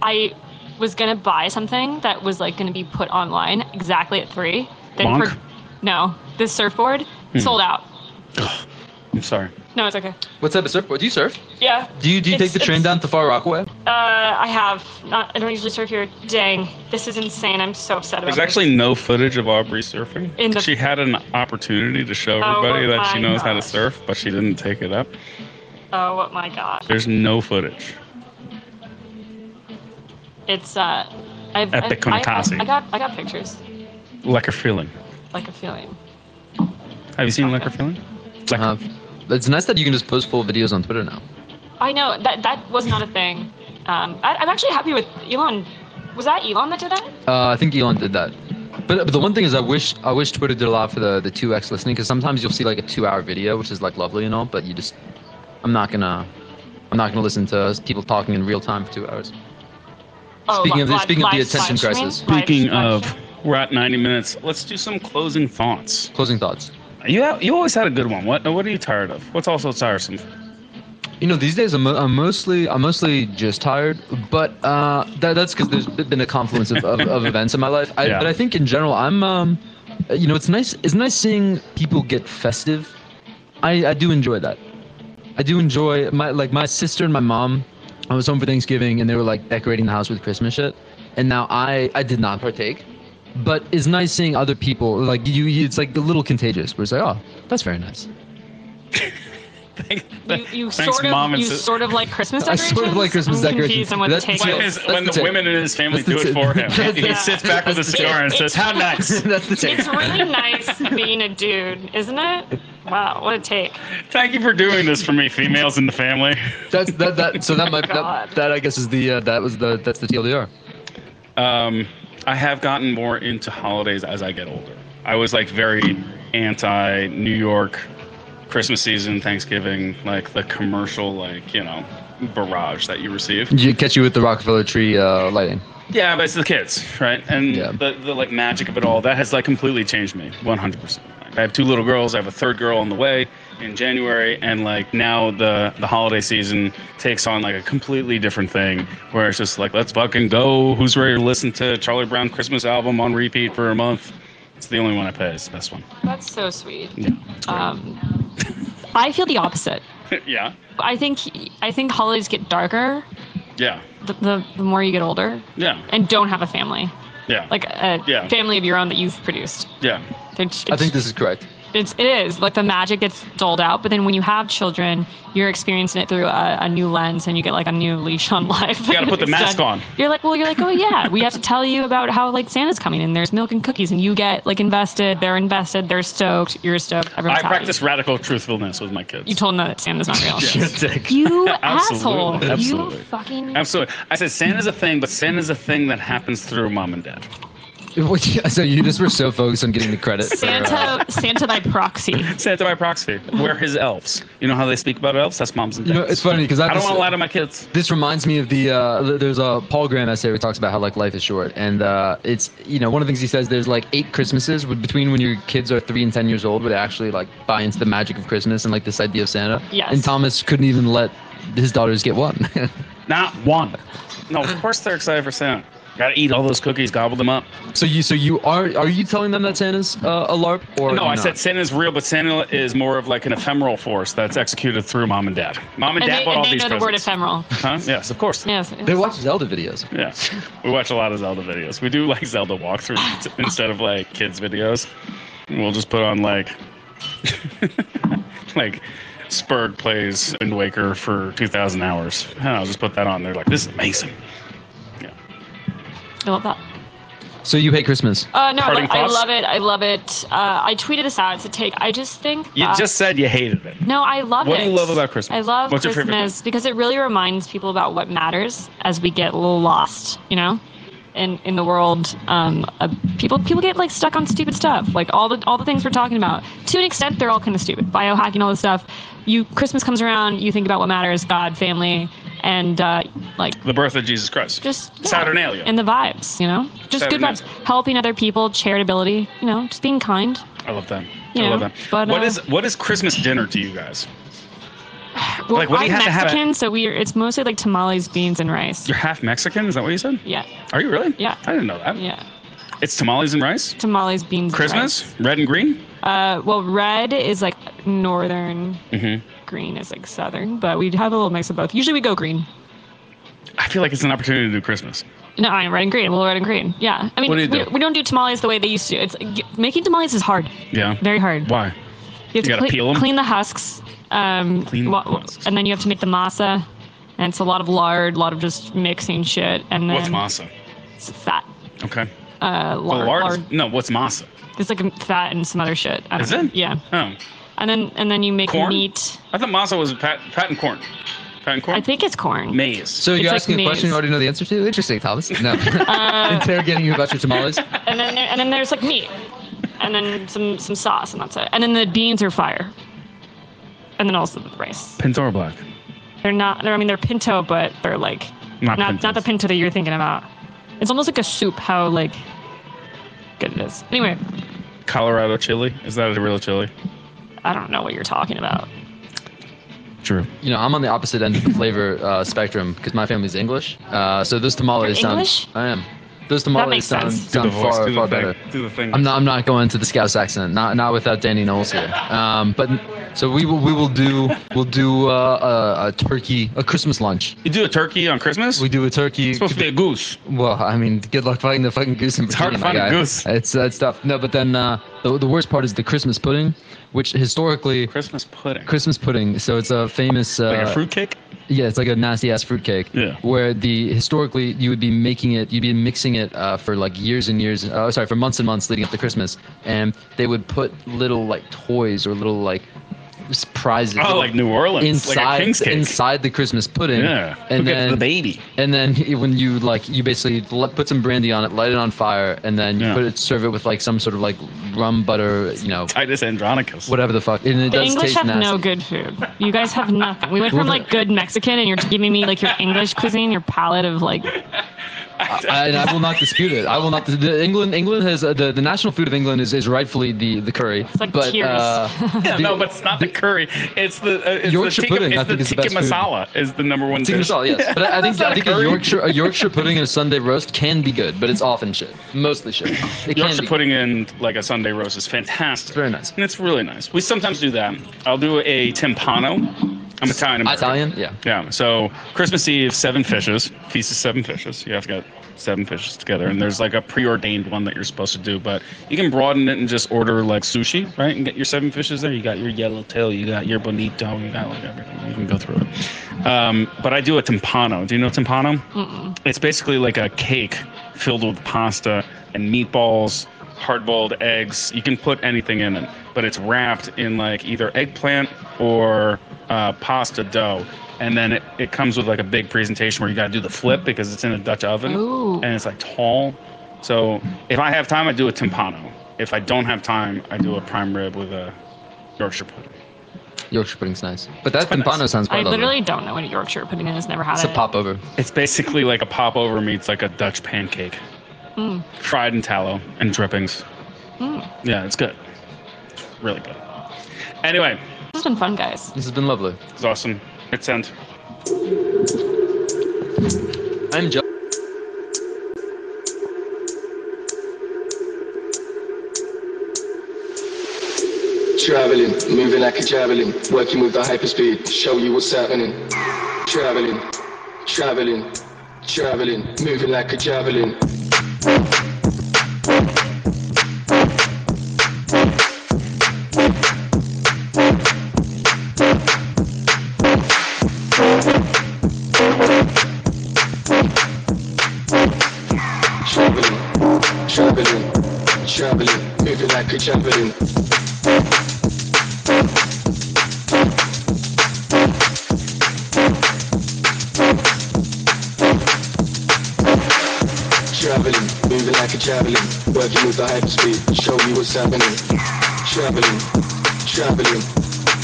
B: I was gonna buy something that was like gonna be put online exactly at three.
C: Bonk?
B: no, this surfboard sold out.
C: I'm sorry.
B: No, it's okay.
D: What's up, a surfboard? Do you surf?
B: Yeah.
D: Do you do you
B: It's-
D: take the train
B: it's-
D: down to Far Rockaway?
B: Uh, I have. Not, I don't usually surf here. Dang, this is insane. I'm so upset about
C: There's
B: this.
C: actually no footage of Aubrey surfing.
B: In the-
C: she had an opportunity to show
B: Oh,
C: everybody that she
B: my
C: knows how to
B: gosh.
C: surf, but she didn't take it up.
B: Oh my god.
C: There's no footage.
B: It's uh. I've,
C: At the
B: I've- I, I,
C: Kamikaze.
B: I got I got pictures.
C: Like a feeling.
B: Like a feeling.
C: Have you seen Like a feeling? Like
D: Uh, it's nice that you can just post full videos on Twitter now.
B: I know that that was not a thing. Um, I, I'm actually happy with Elon. Was that Elon that did that?
D: Uh, I think Elon did that. But, but the one thing is, I wish I wish Twitter did allow for the the two X listening because sometimes you'll see like a two hour video, which is like lovely and all, but you just I'm not gonna I'm not gonna listen to people talking in real time for two hours. Speaking
B: li-
D: of the-
B: Oh, live-
D: speaking of the
B: live-
D: attention
B: live stream?
D: crisis.
B: Live-
C: Speaking
B: live
C: of,
B: stream?
C: we're at 90 minutes. Let's do some closing thoughts.
D: Closing thoughts.
C: You ha- you always had a good one. What what are you tired of? What's also tiresome?
D: You know, these days I'm, I'm mostly I'm mostly just tired, but uh, that, that's because there's been a confluence of, of, of events in my life. I,
C: Yeah.
D: But I think in general, I'm um, you know, it's nice it's nice seeing people get festive. I, I do enjoy that. I do enjoy my like my sister and my mom. I was home for Thanksgiving and they were like decorating the house with Christmas shit, and now I I did not partake. But it's nice seeing other people like you. you it's like a little contagious. Where it's like, oh, that's very nice.
B: You, you
C: Thanks,
B: sort of
C: mom and
B: you
C: sis-
B: sort of like Christmas
D: I
B: decorations.
D: sort of like Christmas
B: I'm
D: decorations.
B: Confused on what
D: That's
B: the take
D: the
C: When
B: is.
D: tip.
C: his, when the
D: That's the
C: women in his family
D: That's the
C: do it
D: tip.
C: for him,
D: That's
C: he
B: the-
C: sits back with a
D: that's the
C: cigar and
B: tip.
C: says, "How nice!
D: that's the take.
B: It's really nice being a dude, isn't it? Wow, what a take.
C: Thank you for doing this for me, females in the family."
D: That's that that. So that might
B: Oh God.
D: that, that I guess is the uh, that was the that's the TLDR.
C: um, I have gotten more into holidays as I get older. I was like very anti New York Christmas season, Thanksgiving, like the commercial, like, you know, barrage that you receive.
D: Did you catch you with the Rockefeller tree uh, lighting?
C: Yeah, but it's the kids, right? And
D: Yeah.
C: the, the like magic of it all, that has like completely changed me 100%. Like, I have two little girls, I have a third girl on the way in January, and like now the, the holiday season takes on like a completely different thing where it's just like, let's fucking go. Who's ready to listen to Charlie Brown Christmas album on repeat for a month? It's the only one I play, it's the best one.
B: That's so sweet.
C: Yeah.
B: Um, I feel the opposite.
C: yeah.
B: I think I think holidays get darker
C: Yeah.
B: the, the, the more you get older
C: Yeah.
B: and don't have a family,
C: Yeah.
B: like a
C: Yeah.
B: family of your own that you've produced.
C: yeah.
B: They're just-
D: I think this is correct.
B: It's, it is like the magic gets dulled out, but then when you have children, you're experiencing it through a, a new lens, and you get like a new leash on life.
C: You gotta put the mask on.
B: You're like, well, you're like, oh yeah, we have to tell you about how like Santa's coming, and there's milk and cookies, and you get like invested. They're invested. They're stoked. You're stoked. Everyone's
C: I
B: happy.
C: practice radical truthfulness with my kids.
B: You told them that Santa's not real.
D: Yes.
B: You
C: Absolutely,
B: asshole.
C: absolutely.
B: You fucking.
C: Absolutely. I said Santa's a thing, but Santa's a thing that happens through mom and dad.
D: so you just were so focused on getting the credit. for, uh,
B: Santa, Santa by proxy.
C: Santa by proxy. We're his elves. You know how they speak about elves? That's moms and
D: you
C: dads.
D: know, it's funny because
C: I don't want to lie to my kids.
D: this reminds me of the uh, there's a Paul Graham essay where he talks about how like life is short, and uh, it's you know one of the things he says there's like eight Christmases with- between when your kids are three and ten years old, where they actually like buy into the magic of Christmas and like this idea of Santa.
B: Yes.
D: And Thomas couldn't even let his daughters get one.
C: Not one. No, of course they're excited for Santa. Gotta eat all those cookies, gobble them up.
D: so you so you are are you telling them that Santa's uh, a LARP or
C: no, I
D: not?
C: said Santa's real, but Santa is more of like an ephemeral force that's executed through mom and dad. Mom and,
B: And
C: dad
B: they,
C: bought
B: and
C: all
B: they
C: these
B: know the word
C: presents.
B: ephemeral.
C: huh? Yes, of course. Yeah.
B: Yes.
D: they watch Zelda videos.
C: we watch a lot of Zelda videos. We do like Zelda walkthroughs t- instead of like kids videos. We'll just put on like like Spurg plays Wind Waker for 2,000 hours. And I'll just put that on there. Like, this is amazing. Yeah.
B: I love that.
D: So you hate Christmas.
B: Uh, no, I
C: Parting
B: love, I
C: thoughts?
B: love it. I love it. Uh, I tweeted this out. It's a take. I just think. uh,
C: You
B: that-
C: just said you hated it.
B: No, I love
C: What
B: it.
C: do you love about Christmas?
B: I love
C: What's your favorite
B: Christmas because it really reminds people about what matters as we get a little lost, you know, in in the world. Um, uh, people people get like stuck on stupid stuff, like all the all the things we're talking about. To an extent, they're all kind of stupid. Biohacking, all this stuff. You Christmas comes around, you think about what matters: God, family, and uh, like
C: The birth of Jesus Christ.
B: just yeah.
C: Saturnalia.
B: and the vibes, you know, just good
C: Saturnalia.
B: vibes, helping other people, charitability, you know, just being kind.
C: I love that.
B: You
C: I love
B: know,
C: that.
B: but,
C: what
B: uh,
C: is what is Christmas dinner to you guys?
B: Well,
C: Like, what do
B: I'm
C: you have to have at-
B: Mexican, so we are, it's mostly like tamales, beans, and rice.
C: You're half Mexican. Is that what you said?
B: Yeah,
C: Are you really?
B: Yeah.
C: I didn't know that.
B: yeah.
C: It's tamales and rice.
B: Tamales, beans, and
C: Christmas, red and green.
B: rice. Uh, well, red is like northern
C: Mm-hmm.
B: green is like southern, but we have a little mix of both. Usually we go green.
C: I feel like it's an opportunity to do Christmas.
B: No, I'm red and green. Well, red and green. Yeah. I mean,
C: What do you
B: we,
C: do?
B: we don't do tamales the way they used to. It's making tamales is hard,
C: Yeah.
B: very hard.
C: Why?
B: You have
C: You
B: to
C: gotta
B: cle-
C: peel 'em?
B: clean the husks. Um,
C: Clean the
B: wa-
C: husks.
B: And then you have to make the masa. And it's a lot of lard, a lot of just mixing shit. And then
C: What's masa?
B: It's fat.
C: Okay.
B: Uh,
C: Oh,
B: lard,
C: lard is-
B: lard.
C: No, what's masa?
B: It's like um, fat and some other shit. I don't
C: Is
B: know.
C: it?
B: Uh, Yeah.
C: Oh,
B: And then and then you make
C: Corn?
B: meat.
C: I thought masa was pat, pat and corn. Pat and corn.
B: I think it's corn.
C: maize.
D: So
B: It's
D: you're
B: like
D: asking a question
B: maize.
D: you already know the answer to? Interesting, Thomas. No.
B: Uh,
D: Interrogating you about your tamales.
B: And then there, and then there's like meat. And then some some sauce and that's it. And then the beans are fire. And then also the rice.
C: Pinto black.
B: They're not. They're, I mean, they're pinto, but they're like
C: Not
B: not not,
C: pintos.
B: the pinto that you're thinking about. It's almost like a soup. How like good it is. Anyway,
C: Colorado chili. Is that a real chili?
B: I don't know what you're talking about.
C: True.
D: You know, I'm on the opposite end of the flavor uh, spectrum because my family's English. Uh, so those tamales
B: You're
D: sound.
B: English?
D: I am. Those tamales
B: makes
D: sound,
B: sense.
C: Do the
D: sound
C: voice.
D: far
C: do
D: far
C: the thing.
D: better.
C: Do the thing.
D: I'm not. I'm not going to the Scouse accent. Not not without Danny Knowles here. Um, but so we will. We will do. We'll do uh, a, a turkey, a Christmas lunch.
C: You do a turkey on Christmas?
D: We do a turkey.
C: it's supposed to be a goose.
D: Well, I mean, good luck finding the fucking goose in
C: It's hard to
D: Virginia, my
C: find a
D: guy.
C: goose.
D: It's that stuff. No, but then uh, the the worst part is the Christmas pudding, which historically.
C: Christmas pudding.
D: Christmas pudding. So it's a famous. Uh,
C: like a fruitcake?
D: Yeah, it's like a nasty ass fruitcake.
C: Yeah.
D: Where the historically you would be making it, you'd be mixing it uh, for like years and years. Uh, sorry, for months and months leading up to Christmas, and they would put little like toys or little like s- prizes.
C: Oh, like New Orleans.
D: Inside,
C: like a king's cake.
D: inside the Christmas pudding,
C: Yeah. Who
D: and
C: gets
D: then
C: the baby?
D: and then he- when you like, you basically let, put some brandy on it, light it on fire, and then you
C: Yeah.
D: put it, serve it with like some sort of like rum butter, you know,
C: Titus Andronicus.
D: whatever the fuck. And it
B: The
D: does
B: English
D: taste
B: have
D: nasty.
B: no good food. You guys have nothing. We went from like good Mexican, and you're giving me like your English cuisine, your palate of like.
D: I, and I will not dispute it. I will not. The England, England has uh, the, the national food of England is, is rightfully the the curry. It's
B: like
D: but,
B: tears.
D: uh,
C: Yeah,
D: the-
C: no, but it's not the curry. It's the uh, it's
D: Yorkshire
C: the tikka,
D: pudding,
C: It's
D: I think
C: the
D: is the
C: tikka
D: best food.
C: masala is the number one.
D: tikka
C: dish.
D: masala, yes. But I, I
C: That's
D: think
C: not
D: I think a
C: curry.
D: Yorkshire a Yorkshire pudding and a Sunday roast can be good, but it's often shit, mostly shit. It can
C: Yorkshire
D: be.
C: pudding and like a Sunday roast is fantastic.
D: Very nice.
C: And it's really nice. We sometimes do that. I'll do a timpano. I'm Italian.
D: Italian, yeah.
C: Yeah. So Christmas Eve, seven fishes. Feast of seven fishes. You have to get seven fishes together, and there's like a preordained one that you're supposed to do, but you can broaden it and just order like sushi, right? And get your seven fishes there. You got your yellowtail, you got your bonito, you got like everything. You can go through it. Um, but I do a timpano. Do you know timpano? It's basically like a cake filled with pasta and meatballs, hard-boiled eggs. You can put anything in it, but it's wrapped in like either eggplant or uh, pasta dough. And then it, it comes with like a big presentation where you got to do the flip because it's in a Dutch oven
B: Ooh.
C: and it's like tall. So if I have time, I do a timpano. If I don't have time, I do a prime rib with a Yorkshire pudding.
D: Yorkshire pudding's nice, but that
C: Quite nice.
D: timpano sounds
B: I
D: quite lovely.
B: literally don't know what a Yorkshire pudding is. Never had
D: It's a
B: it.
D: pop over.
C: It's basically like a popover meets like a Dutch pancake,
B: Mm.
C: fried in tallow and drippings.
B: Mm.
C: Yeah, it's good. It's really good. Anyway,
B: This has been fun, guys.
D: This has been lovely.
C: it's awesome. It's end.
D: I'm Joe.
A: Traveling, moving like a javelin, working with the hyperspeed, show you what's happening. Traveling, traveling, traveling, moving like a javelin. Traveling, traveling, traveling, moving like a javelin. Traveling, moving like a javelin, working with the hyperspeed, show you what's happening. Traveling, traveling,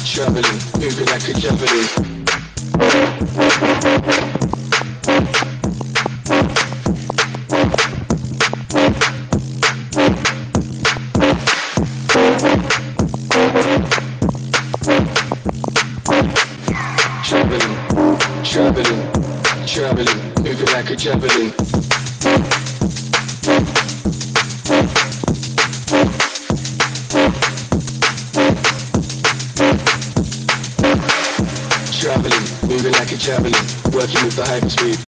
A: traveling, moving like a javelin. Traveling, traveling, traveling, moving like a javelin. javelin, working with the hyperspeed.